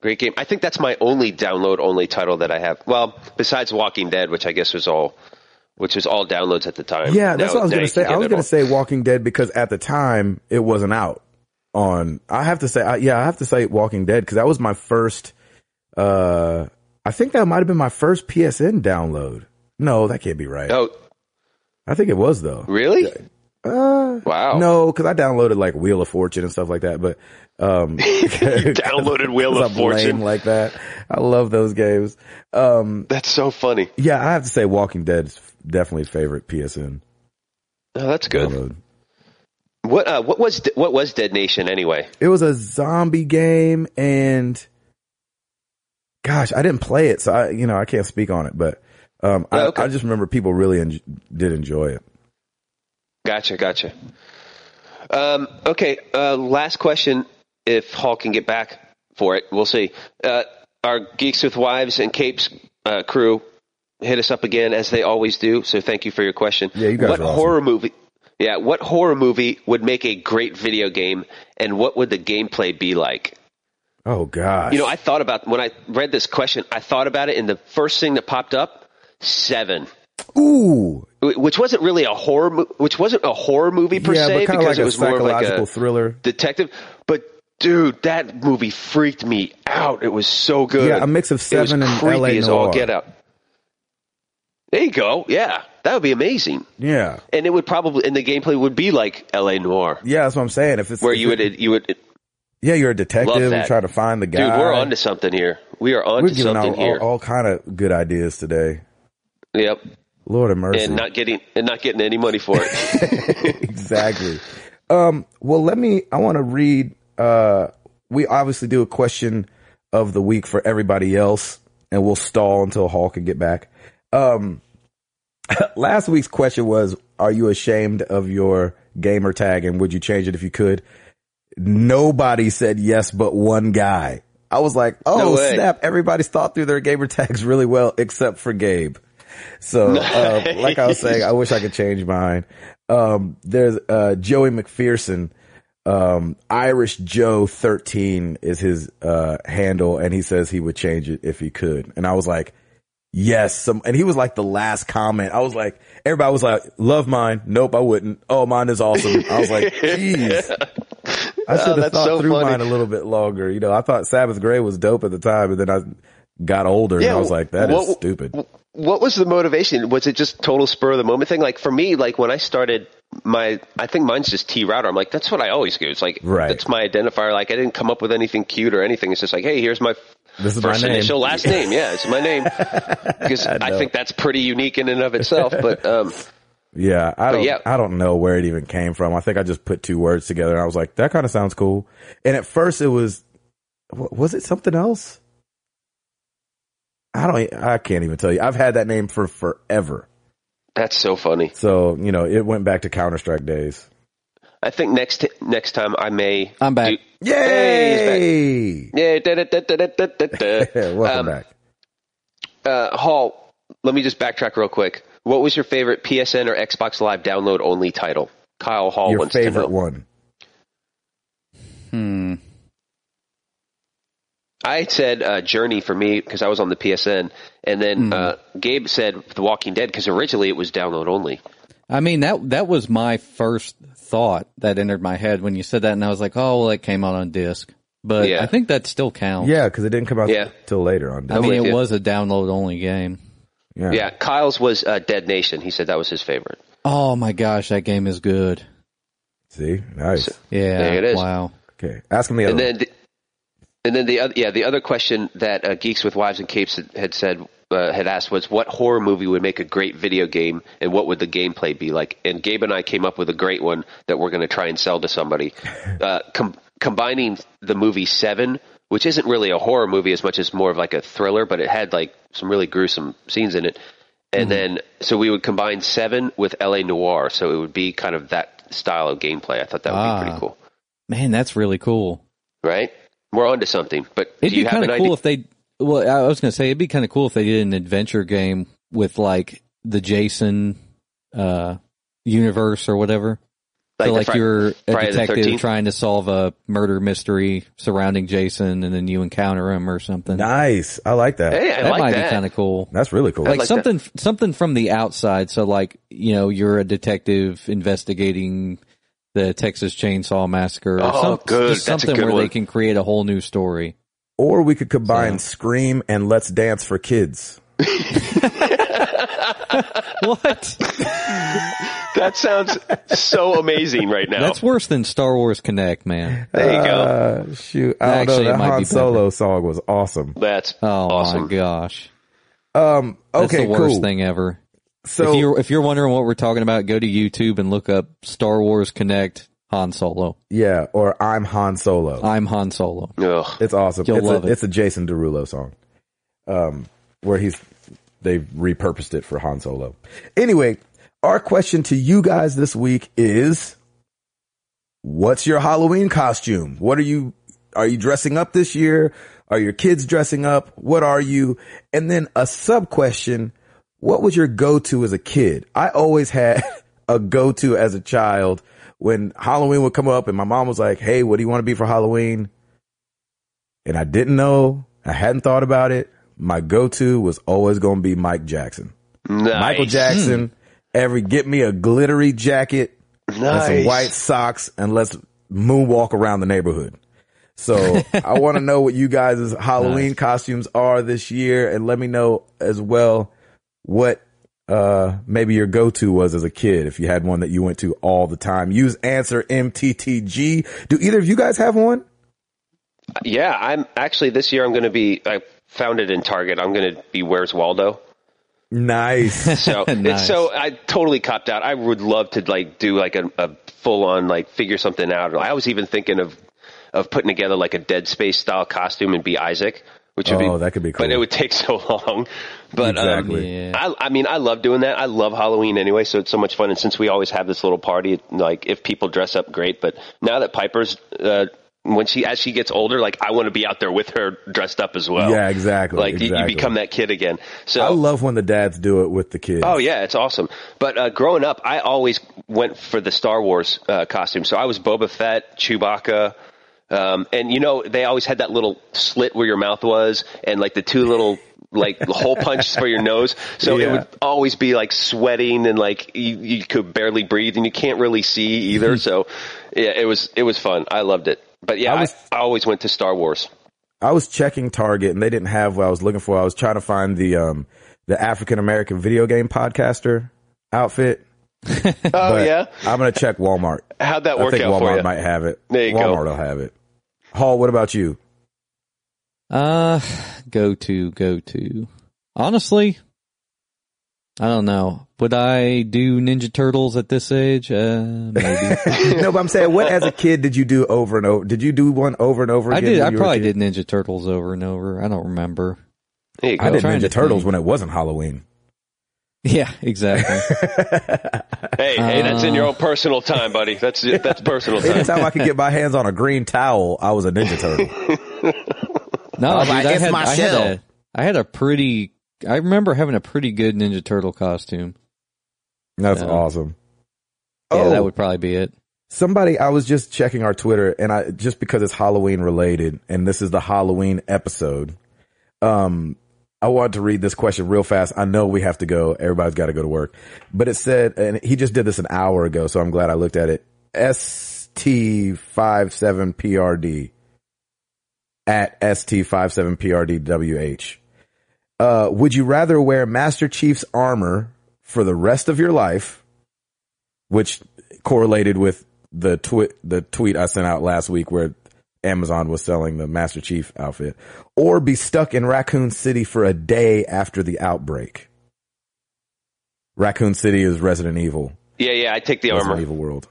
Speaker 2: great game. I think that's my only download only title that I have. Well, besides Walking Dead, which I guess was all, which was all downloads at the time.
Speaker 1: Yeah, that's what
Speaker 2: Now-
Speaker 1: I was
Speaker 2: now
Speaker 1: gonna
Speaker 2: you
Speaker 1: say.
Speaker 2: can get
Speaker 1: I was
Speaker 2: it
Speaker 1: gonna
Speaker 2: all.
Speaker 1: say Walking Dead because at the time it wasn't out on. I have to say, I, yeah, I have to say Walking Dead because that was my first. uh I think that might have been my first PSN download. No, that can't be right.
Speaker 2: Oh,
Speaker 1: I think it was though.
Speaker 2: really?
Speaker 1: Uh,
Speaker 2: Wow.
Speaker 1: No, because I downloaded like Wheel of Fortune and stuff like that. But um,
Speaker 2: Downloaded Wheel
Speaker 1: 'cause
Speaker 2: of
Speaker 1: I'm lame
Speaker 2: Fortune.
Speaker 1: like that. I love those games. Um,
Speaker 2: That's so funny.
Speaker 1: yeah, I have to say Walking Dead's definitely favorite PSN
Speaker 2: Oh, that's good.
Speaker 1: download.
Speaker 2: What uh, what was De- what was Dead Nation anyway?
Speaker 1: It was a zombie game and gosh, I didn't play it. So I, you know, I can't speak on it, but, um, I,
Speaker 2: Yeah, okay.
Speaker 1: I just remember people really en- did enjoy it.
Speaker 2: Gotcha, gotcha. Um, okay, uh, last question. If Hall can get back for it, we'll see. Uh, our Geeks with Wives and Capes uh, crew hit us up again as they always do. So thank you for your question.
Speaker 1: Yeah, you guys
Speaker 2: What
Speaker 1: are awesome.
Speaker 2: horror movie? Yeah, what horror movie would make a great video game, and what would the gameplay be like?
Speaker 1: Oh gosh.
Speaker 2: You know, I thought about when I read this question. I thought about it, and the first thing that popped up, Seven
Speaker 1: ooh,
Speaker 2: which wasn't really a horror, mo- which wasn't a horror movie per
Speaker 1: yeah,
Speaker 2: se,
Speaker 1: but kind of like
Speaker 2: because it
Speaker 1: a
Speaker 2: was more of
Speaker 1: psychological
Speaker 2: like a
Speaker 1: thriller.
Speaker 2: detective. But dude, that movie freaked me out. It was so good.
Speaker 1: Yeah, a mix of
Speaker 2: it was
Speaker 1: Seven and
Speaker 2: creepy
Speaker 1: LA
Speaker 2: as all
Speaker 1: Noire.
Speaker 2: get out. There you go. Yeah, that would be amazing.
Speaker 1: Yeah.
Speaker 2: And it would probably, and the gameplay would be like L.A. Noir,
Speaker 1: Yeah, that's what I'm saying. If it's
Speaker 2: where you would, you would.
Speaker 1: yeah, you're a detective and
Speaker 2: that.
Speaker 1: trying to find the guy.
Speaker 2: Dude, we're onto something here. We are
Speaker 1: We're
Speaker 2: onto
Speaker 1: giving
Speaker 2: something
Speaker 1: out all,
Speaker 2: here.
Speaker 1: all kind of good ideas today.
Speaker 2: yep,
Speaker 1: Lord of mercy.
Speaker 2: and not getting and not getting any money for it.
Speaker 1: exactly. Um, well, let me, I want to read, uh, we obviously do a question of the week for everybody else and we'll stall until Hall can get back. Um, last week's question was, are you ashamed of your gamer tag and would you change it if you could? Nobody said yes, but one guy. I was like, oh
Speaker 2: way.
Speaker 1: snap. Everybody's thought through their gamer tags really well, except for Gabe. So, uh, like I was saying, I wish I could change mine. Um, there's, uh, Joey McPherson, um, Irish Joe 13 is his, uh, handle and he says he would change it if he could. And I was like, yes, some, and he was like the last comment. I was like, everybody was like, love mine. Nope, I wouldn't. Oh, mine is awesome. I was like, jeez. I should have
Speaker 2: Oh, that's
Speaker 1: thought
Speaker 2: so
Speaker 1: through
Speaker 2: funny.
Speaker 1: mine a little bit longer. You know, I thought Sabbath Gray was dope at the time, and then I got older and I was like, that is
Speaker 2: what-
Speaker 1: stupid.
Speaker 2: What was the motivation? Was it just total spur of the moment thing? Like for me, like when I started my, I think mine's just T router. I'm like, that's what I always do. It's like,
Speaker 1: Right.
Speaker 2: that's my identifier. Like I didn't come up with anything cute or anything. It's just like, hey, here's my
Speaker 1: This is my
Speaker 2: first
Speaker 1: name.
Speaker 2: initial, last name. Yeah, it's my name because I, think that's pretty unique in and of itself. But um,
Speaker 1: Yeah, I don't.
Speaker 2: yeah.
Speaker 1: I don't know where it even came from. I think I just put two words together, and I was like, "That kind of sounds cool." And at first, it was wa- was it something else? I don't. e, I can't even tell you. I've had that name for forever.
Speaker 2: that's so funny.
Speaker 1: So you know, it went back to Counter Strike days.
Speaker 2: I think next next time I may.
Speaker 1: Uh,
Speaker 3: I'm back.
Speaker 2: do-
Speaker 1: Yay!
Speaker 2: yeah. da- da- da- da- da- da- da- da.
Speaker 1: Welcome
Speaker 2: Um,
Speaker 1: back.
Speaker 2: uh, Hall, let me just backtrack real quick. What was your favorite PSN or Xbox Live download only title? Kyle Hall
Speaker 1: Your
Speaker 2: wants to know.
Speaker 1: favorite one.
Speaker 3: Hmm.
Speaker 2: I said uh, Journey for me because I was on the PSN, and
Speaker 1: Mm.
Speaker 2: then uh, Gabe said The Walking Dead because originally it was download only.
Speaker 3: I mean that that was my first thought that entered my head when you said that, and I was like, oh, well, it came out on disc. but
Speaker 2: Yeah.
Speaker 3: I think that still counts.
Speaker 1: Yeah, because it didn't come out
Speaker 2: Yeah.
Speaker 1: till later on.
Speaker 3: I
Speaker 1: Disney.
Speaker 3: mean,
Speaker 2: with
Speaker 3: it
Speaker 2: you.
Speaker 3: was a download only game.
Speaker 2: Yeah, Kyle's was uh, Dead Nation. He said that was his favorite.
Speaker 3: Oh my gosh, that game is good.
Speaker 1: See, nice.
Speaker 3: Yeah.
Speaker 2: There it is.
Speaker 3: Wow.
Speaker 1: Okay, ask him the other.
Speaker 2: and
Speaker 1: one.
Speaker 2: then, the, and then the other, yeah, the other question that uh, Geeks with Wives and Capes had- had said uh, had asked was, what horror movie would make a great video game, and what would the gameplay be like? And Gabe and I came up with a great one that we're going to try and sell to somebody, uh, com- combining the movie Seven. Which isn't really a horror movie as much as more of like a thriller, but it had like some really gruesome scenes in it. And then, so we would combine Seven with LA Noir, so it would be kind of that style of gameplay. I thought that would be
Speaker 3: Ah.
Speaker 2: pretty cool
Speaker 3: Man, that's really cool.
Speaker 2: right? We're onto something. But
Speaker 3: It'd
Speaker 2: do you
Speaker 3: be
Speaker 2: have
Speaker 3: kind
Speaker 2: an
Speaker 3: of
Speaker 2: idea?
Speaker 3: cool if they. Well, I was gonna say it'd be kind of cool if they did an adventure game with like the Jason uh, universe or whatever. so
Speaker 2: the
Speaker 3: like
Speaker 2: Fri-
Speaker 3: you're a
Speaker 2: Friday the
Speaker 3: detective
Speaker 2: 13th?
Speaker 3: trying to solve a murder mystery surrounding Jason, and then you encounter him or something.
Speaker 1: nice. I like that.
Speaker 2: Hey, I
Speaker 3: that
Speaker 2: like
Speaker 3: might
Speaker 2: that.
Speaker 3: be kind of cool.
Speaker 1: That's really cool.
Speaker 3: like,
Speaker 2: like
Speaker 3: something something from the outside. So like you know you're a detective investigating the Texas Chainsaw Massacre. or
Speaker 2: Oh,
Speaker 3: some-
Speaker 2: good.
Speaker 3: Just
Speaker 2: That's a
Speaker 3: something
Speaker 2: good
Speaker 3: where
Speaker 2: one.
Speaker 3: they can create a whole new story.
Speaker 1: or we could combine Scream and Let's Dance for Kids.
Speaker 3: What?
Speaker 2: that sounds so amazing right now.
Speaker 3: That's worse than Star Wars Connect, man.
Speaker 2: there you go.
Speaker 1: Uh, shoot, I don't
Speaker 3: Actually,
Speaker 1: know.
Speaker 3: it
Speaker 1: That
Speaker 3: might be
Speaker 1: Han
Speaker 3: better.
Speaker 1: Solo song was awesome.
Speaker 2: That's
Speaker 3: Oh
Speaker 2: awesome.
Speaker 3: my gosh.
Speaker 1: Um, okay,
Speaker 3: That's the worst
Speaker 1: cool.
Speaker 3: thing ever.
Speaker 1: So
Speaker 3: if you're if you're wondering what we're talking about, go to YouTube and look up Star Wars Connect Han Solo.
Speaker 1: yeah, or I'm Han Solo.
Speaker 3: I'm Han Solo.
Speaker 2: Ugh.
Speaker 1: It's awesome.
Speaker 3: You'll
Speaker 1: it's
Speaker 3: love
Speaker 1: a,
Speaker 3: it.
Speaker 1: It's a Jason Derulo song, um, where he's they've repurposed it for Han Solo. Anyway, our question to you guys this week is: What's your Halloween costume? What are you are you dressing up this year? Are your kids dressing up? What are you? And then a sub question: What was your go to as a kid? I always had a go to as a child. When Halloween would come up and my mom was like, Hey, what do you want to be for Halloween? and I didn't know, I hadn't thought about it. My go-to was always going to be Mike Jackson.
Speaker 2: Nice.
Speaker 1: Michael Jackson, every get me a glittery jacket
Speaker 2: Nice.
Speaker 1: and some white socks and let's moonwalk around the neighborhood. So I want to know what you guys' Halloween costumes are this year and let me know as well what uh maybe your go-to was as a kid if you had one that you went to all the time. Use answer MTTG. Do either of you guys have one?
Speaker 2: Yeah, I'm actually this year I'm going to be. I found it in Target. I'm going to be Where's Waldo.
Speaker 1: Nice.
Speaker 2: So
Speaker 3: Nice.
Speaker 2: it's so I totally copped out. I would love to like do like a, a full on like figure something out. I was even thinking of of putting together like a Dead Space style costume and be Isaac, which would
Speaker 1: Oh,
Speaker 2: be
Speaker 1: that could be
Speaker 2: But it
Speaker 1: cool.
Speaker 2: would take so long. But um,
Speaker 1: Exactly.
Speaker 3: Yeah.
Speaker 2: I, I mean, I love doing that. I love Halloween anyway, so it's so much fun. And since we always have this little party, like if people dress up, great. But now that Piper's, uh, when she as she gets older, like I want to be out there with her dressed up as well.
Speaker 1: Yeah, exactly.
Speaker 2: Like you- you,
Speaker 1: exactly.
Speaker 2: become that kid again. So
Speaker 1: I love when the dads do it with the kids.
Speaker 2: Oh yeah, it's awesome. But uh, growing up, I always went for the Star Wars uh, costume. So I was Boba Fett, Chewbacca, um, and you know they always had that little slit where your mouth was, and like the two little like hole punches for your nose. So
Speaker 1: Yeah.
Speaker 2: it would always be like sweating and like you, you could barely breathe and you can't really see either. so yeah, it was it was fun. I loved it. But yeah,
Speaker 1: Mm-hmm. I
Speaker 2: I,
Speaker 1: was-
Speaker 2: I always went to Star Wars.
Speaker 1: I was checking Target and they didn't have what I was looking for. I was trying to find the um the African American video game podcaster outfit.
Speaker 2: Oh yeah,
Speaker 1: I'm gonna check Walmart.
Speaker 2: how'd that
Speaker 1: I
Speaker 2: work
Speaker 1: think
Speaker 2: out for
Speaker 1: Walmart
Speaker 2: you?
Speaker 1: might have it.
Speaker 2: There you go.
Speaker 1: Walmart will have it. Hall, what about you?
Speaker 3: Uh, go to, go to. Honestly, I don't know. Would I do Ninja Turtles at this age? Uh, maybe.
Speaker 1: no, but I'm saying, what as a kid did you do over and over? Did you do one over and over
Speaker 3: I
Speaker 1: again?
Speaker 3: did.
Speaker 1: when
Speaker 3: I
Speaker 1: you were a
Speaker 3: probably
Speaker 1: kid?
Speaker 3: did Ninja Turtles over and over. I don't remember.
Speaker 2: There you go.
Speaker 1: I did
Speaker 3: trying to
Speaker 1: Ninja Turtles
Speaker 3: think.
Speaker 1: when it wasn't Halloween.
Speaker 3: Yeah, exactly.
Speaker 2: Hey, hey, that's in your
Speaker 1: Uh,
Speaker 2: own personal time, buddy. That's that's personal time.
Speaker 1: Anytime I could get my hands on a green towel, I was a Ninja Turtle.
Speaker 5: Oh,
Speaker 3: No, dude,
Speaker 5: my-
Speaker 3: I,
Speaker 5: it's
Speaker 3: had,
Speaker 5: my
Speaker 3: I had
Speaker 5: shell.
Speaker 3: a, I had a pretty. I remember having a pretty good Ninja Turtle costume.
Speaker 1: That's
Speaker 3: Yeah.
Speaker 1: awesome.
Speaker 3: Yeah,
Speaker 1: oh,
Speaker 3: that would probably be it.
Speaker 1: somebody I was just checking our Twitter and I just because it's Halloween related and this is the Halloween episode. Um I wanted to read this question real fast. I know we have to go. Everybody's got to go to work. But it said and he just did this an hour ago, so I'm glad I looked at it. ST57PRD. at ST57PRDWH. Uh, would you rather wear Master Chief's armor for the rest of your life, which correlated with the tweet, the tweet I sent out last week where Amazon was selling the Master Chief outfit, or be stuck in Raccoon City for a day after the outbreak? Raccoon City is Resident Evil.
Speaker 2: Yeah, yeah, I take the
Speaker 1: Resident
Speaker 2: armor.
Speaker 1: Evil world.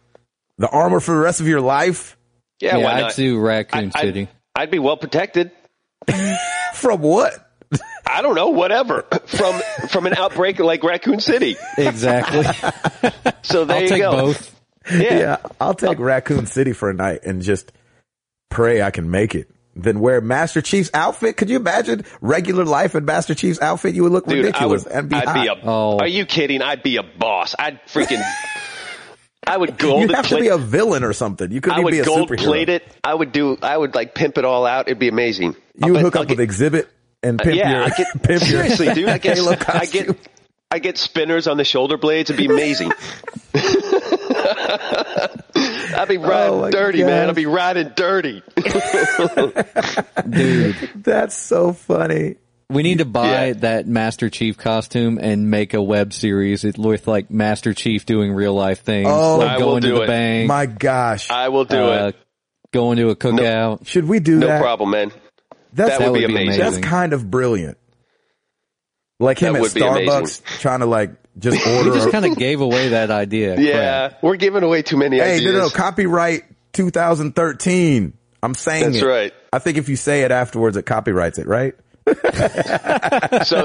Speaker 1: The armor for the rest of your life?
Speaker 2: Yeah,
Speaker 3: yeah,
Speaker 2: why
Speaker 3: I'd
Speaker 2: not?
Speaker 3: do Raccoon
Speaker 2: I-
Speaker 3: City.
Speaker 2: I'd, I'd be well protected.
Speaker 1: From what?
Speaker 2: I don't know, whatever. From from an outbreak like Raccoon City.
Speaker 3: exactly.
Speaker 2: So there
Speaker 3: I'll
Speaker 2: you
Speaker 3: take
Speaker 2: go.
Speaker 3: both.
Speaker 2: Yeah.
Speaker 1: Yeah, I'll take Raccoon City for a night and just pray I can make it. Then wear Master Chief's outfit. Could you imagine regular life in Master Chief's outfit? You would look
Speaker 2: Dude, I
Speaker 1: ridiculous
Speaker 2: would.
Speaker 1: and be
Speaker 2: I'd
Speaker 1: hot.
Speaker 2: be a.
Speaker 3: Oh.
Speaker 2: Are you kidding? I'd be a boss. I'd freaking. I would
Speaker 1: you
Speaker 2: gold
Speaker 1: have to
Speaker 2: plate.
Speaker 1: be a villain or something. You couldn't
Speaker 2: I
Speaker 1: even
Speaker 2: would
Speaker 1: be a
Speaker 2: gold
Speaker 1: superhero.
Speaker 2: plate it. I would do. I would like pimp it all out. It'd be amazing.
Speaker 1: You
Speaker 2: I'll-
Speaker 1: hook
Speaker 2: I'll
Speaker 1: up
Speaker 2: get-
Speaker 1: with Exhibit and pimp
Speaker 2: uh, yeah,
Speaker 1: your,
Speaker 2: I get,
Speaker 1: pimp your
Speaker 2: seriously, dude. I get,
Speaker 1: Halo
Speaker 2: I
Speaker 1: costume.
Speaker 2: get, I get spinners on the shoulder blades. It'd be amazing. I'd be riding
Speaker 1: Oh my
Speaker 2: dirty,
Speaker 1: gosh.
Speaker 2: man. I'd be riding dirty.
Speaker 3: Dude,
Speaker 1: That's so funny.
Speaker 3: we need to buy
Speaker 2: Yeah.
Speaker 3: that Master Chief costume and make a web series it- with like Master Chief doing real life things.
Speaker 1: Oh,
Speaker 3: like
Speaker 2: I will
Speaker 3: going to
Speaker 2: do
Speaker 3: the
Speaker 2: it.
Speaker 3: bank.
Speaker 1: My gosh.
Speaker 2: I will do
Speaker 3: uh,
Speaker 2: it.
Speaker 3: Going to a cookout.
Speaker 1: Should we do
Speaker 2: No
Speaker 1: that?
Speaker 2: problem, man.
Speaker 1: That's,
Speaker 2: That would be amazing.
Speaker 1: That's kind of brilliant. Like him
Speaker 2: That
Speaker 1: at
Speaker 2: would be amazing.
Speaker 1: Starbucks trying to like just order.
Speaker 3: We just
Speaker 1: a-
Speaker 3: kind of gave away that idea. Crap.
Speaker 2: Yeah, we're giving away too many
Speaker 1: hey, no,
Speaker 2: ideas.
Speaker 1: no, no, copyright 2013. I'm saying
Speaker 2: That's
Speaker 1: it.
Speaker 2: right.
Speaker 1: I think if you say it afterwards, it copyrights it, right?
Speaker 2: So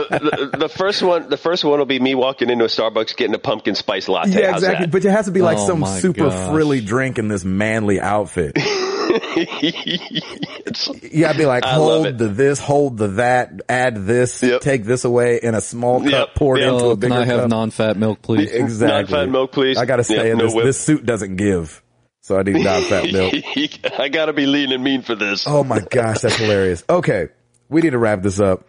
Speaker 2: the, the first one, the first one will be me walking into a Starbucks getting a pumpkin spice latte. How's
Speaker 1: exactly. But it has to be like
Speaker 3: Oh
Speaker 1: some
Speaker 3: my
Speaker 1: super
Speaker 3: gosh.
Speaker 1: frilly drink in this manly outfit.
Speaker 2: that? It's-
Speaker 1: You gotta be like,
Speaker 2: I love
Speaker 1: hold
Speaker 2: it.
Speaker 1: the this, hold the that, add this,
Speaker 2: Yep.
Speaker 1: take this away in a small cup,
Speaker 2: Yep.
Speaker 1: pour it
Speaker 2: Yep.
Speaker 1: into
Speaker 3: Oh,
Speaker 1: a
Speaker 3: can
Speaker 1: bigger
Speaker 3: I have
Speaker 1: cup.
Speaker 3: non-fat milk, please?
Speaker 1: exactly.
Speaker 2: Non-fat milk, please.
Speaker 1: I gotta stay
Speaker 2: Yep,
Speaker 1: in
Speaker 2: no
Speaker 1: this.
Speaker 2: whip.
Speaker 1: This suit doesn't give, so I need non-fat milk.
Speaker 2: I gotta be lean and mean for this.
Speaker 1: Oh my gosh, that's hilarious. Okay, we need to wrap this up.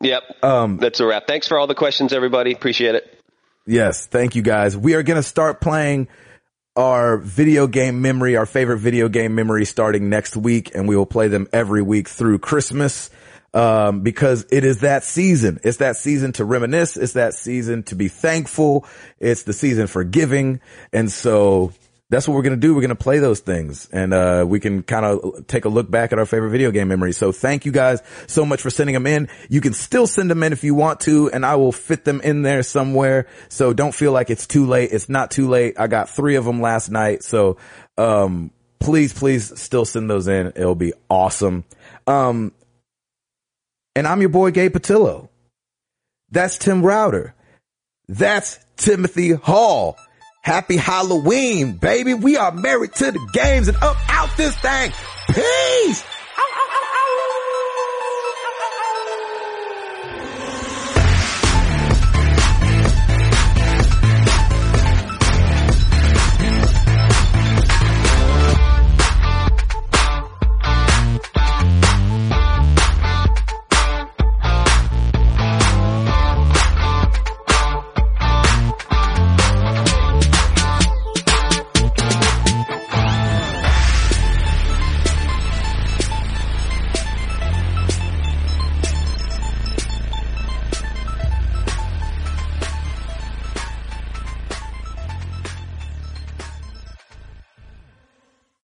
Speaker 2: Yep.
Speaker 1: Um,
Speaker 2: That's a wrap. Thanks for all the questions, everybody. Appreciate it.
Speaker 1: Yes, thank you guys. We are going to start playing our video game memory, our favorite video game memory starting next week and we will play them every week through Christmas. Um, because it is that season. It's that season to reminisce. It's that season to be thankful. It's the season for giving. And so that's what we're going to do. We're going to play those things and, uh, we can kind of take a look back at our favorite video game memories. So thank you guys so much for sending them in. You can still send them in if you want to and I will fit them in there somewhere. So don't feel like it's too late. It's not too late. I got three of them last night. So, um, please, please still send those in. It'll be awesome. Um, and I'm your boy Gabe Patillo. That's Tim Router. That's Timothy Hall. Happy Halloween, baby. We are married to the games and up out this thing. Peace.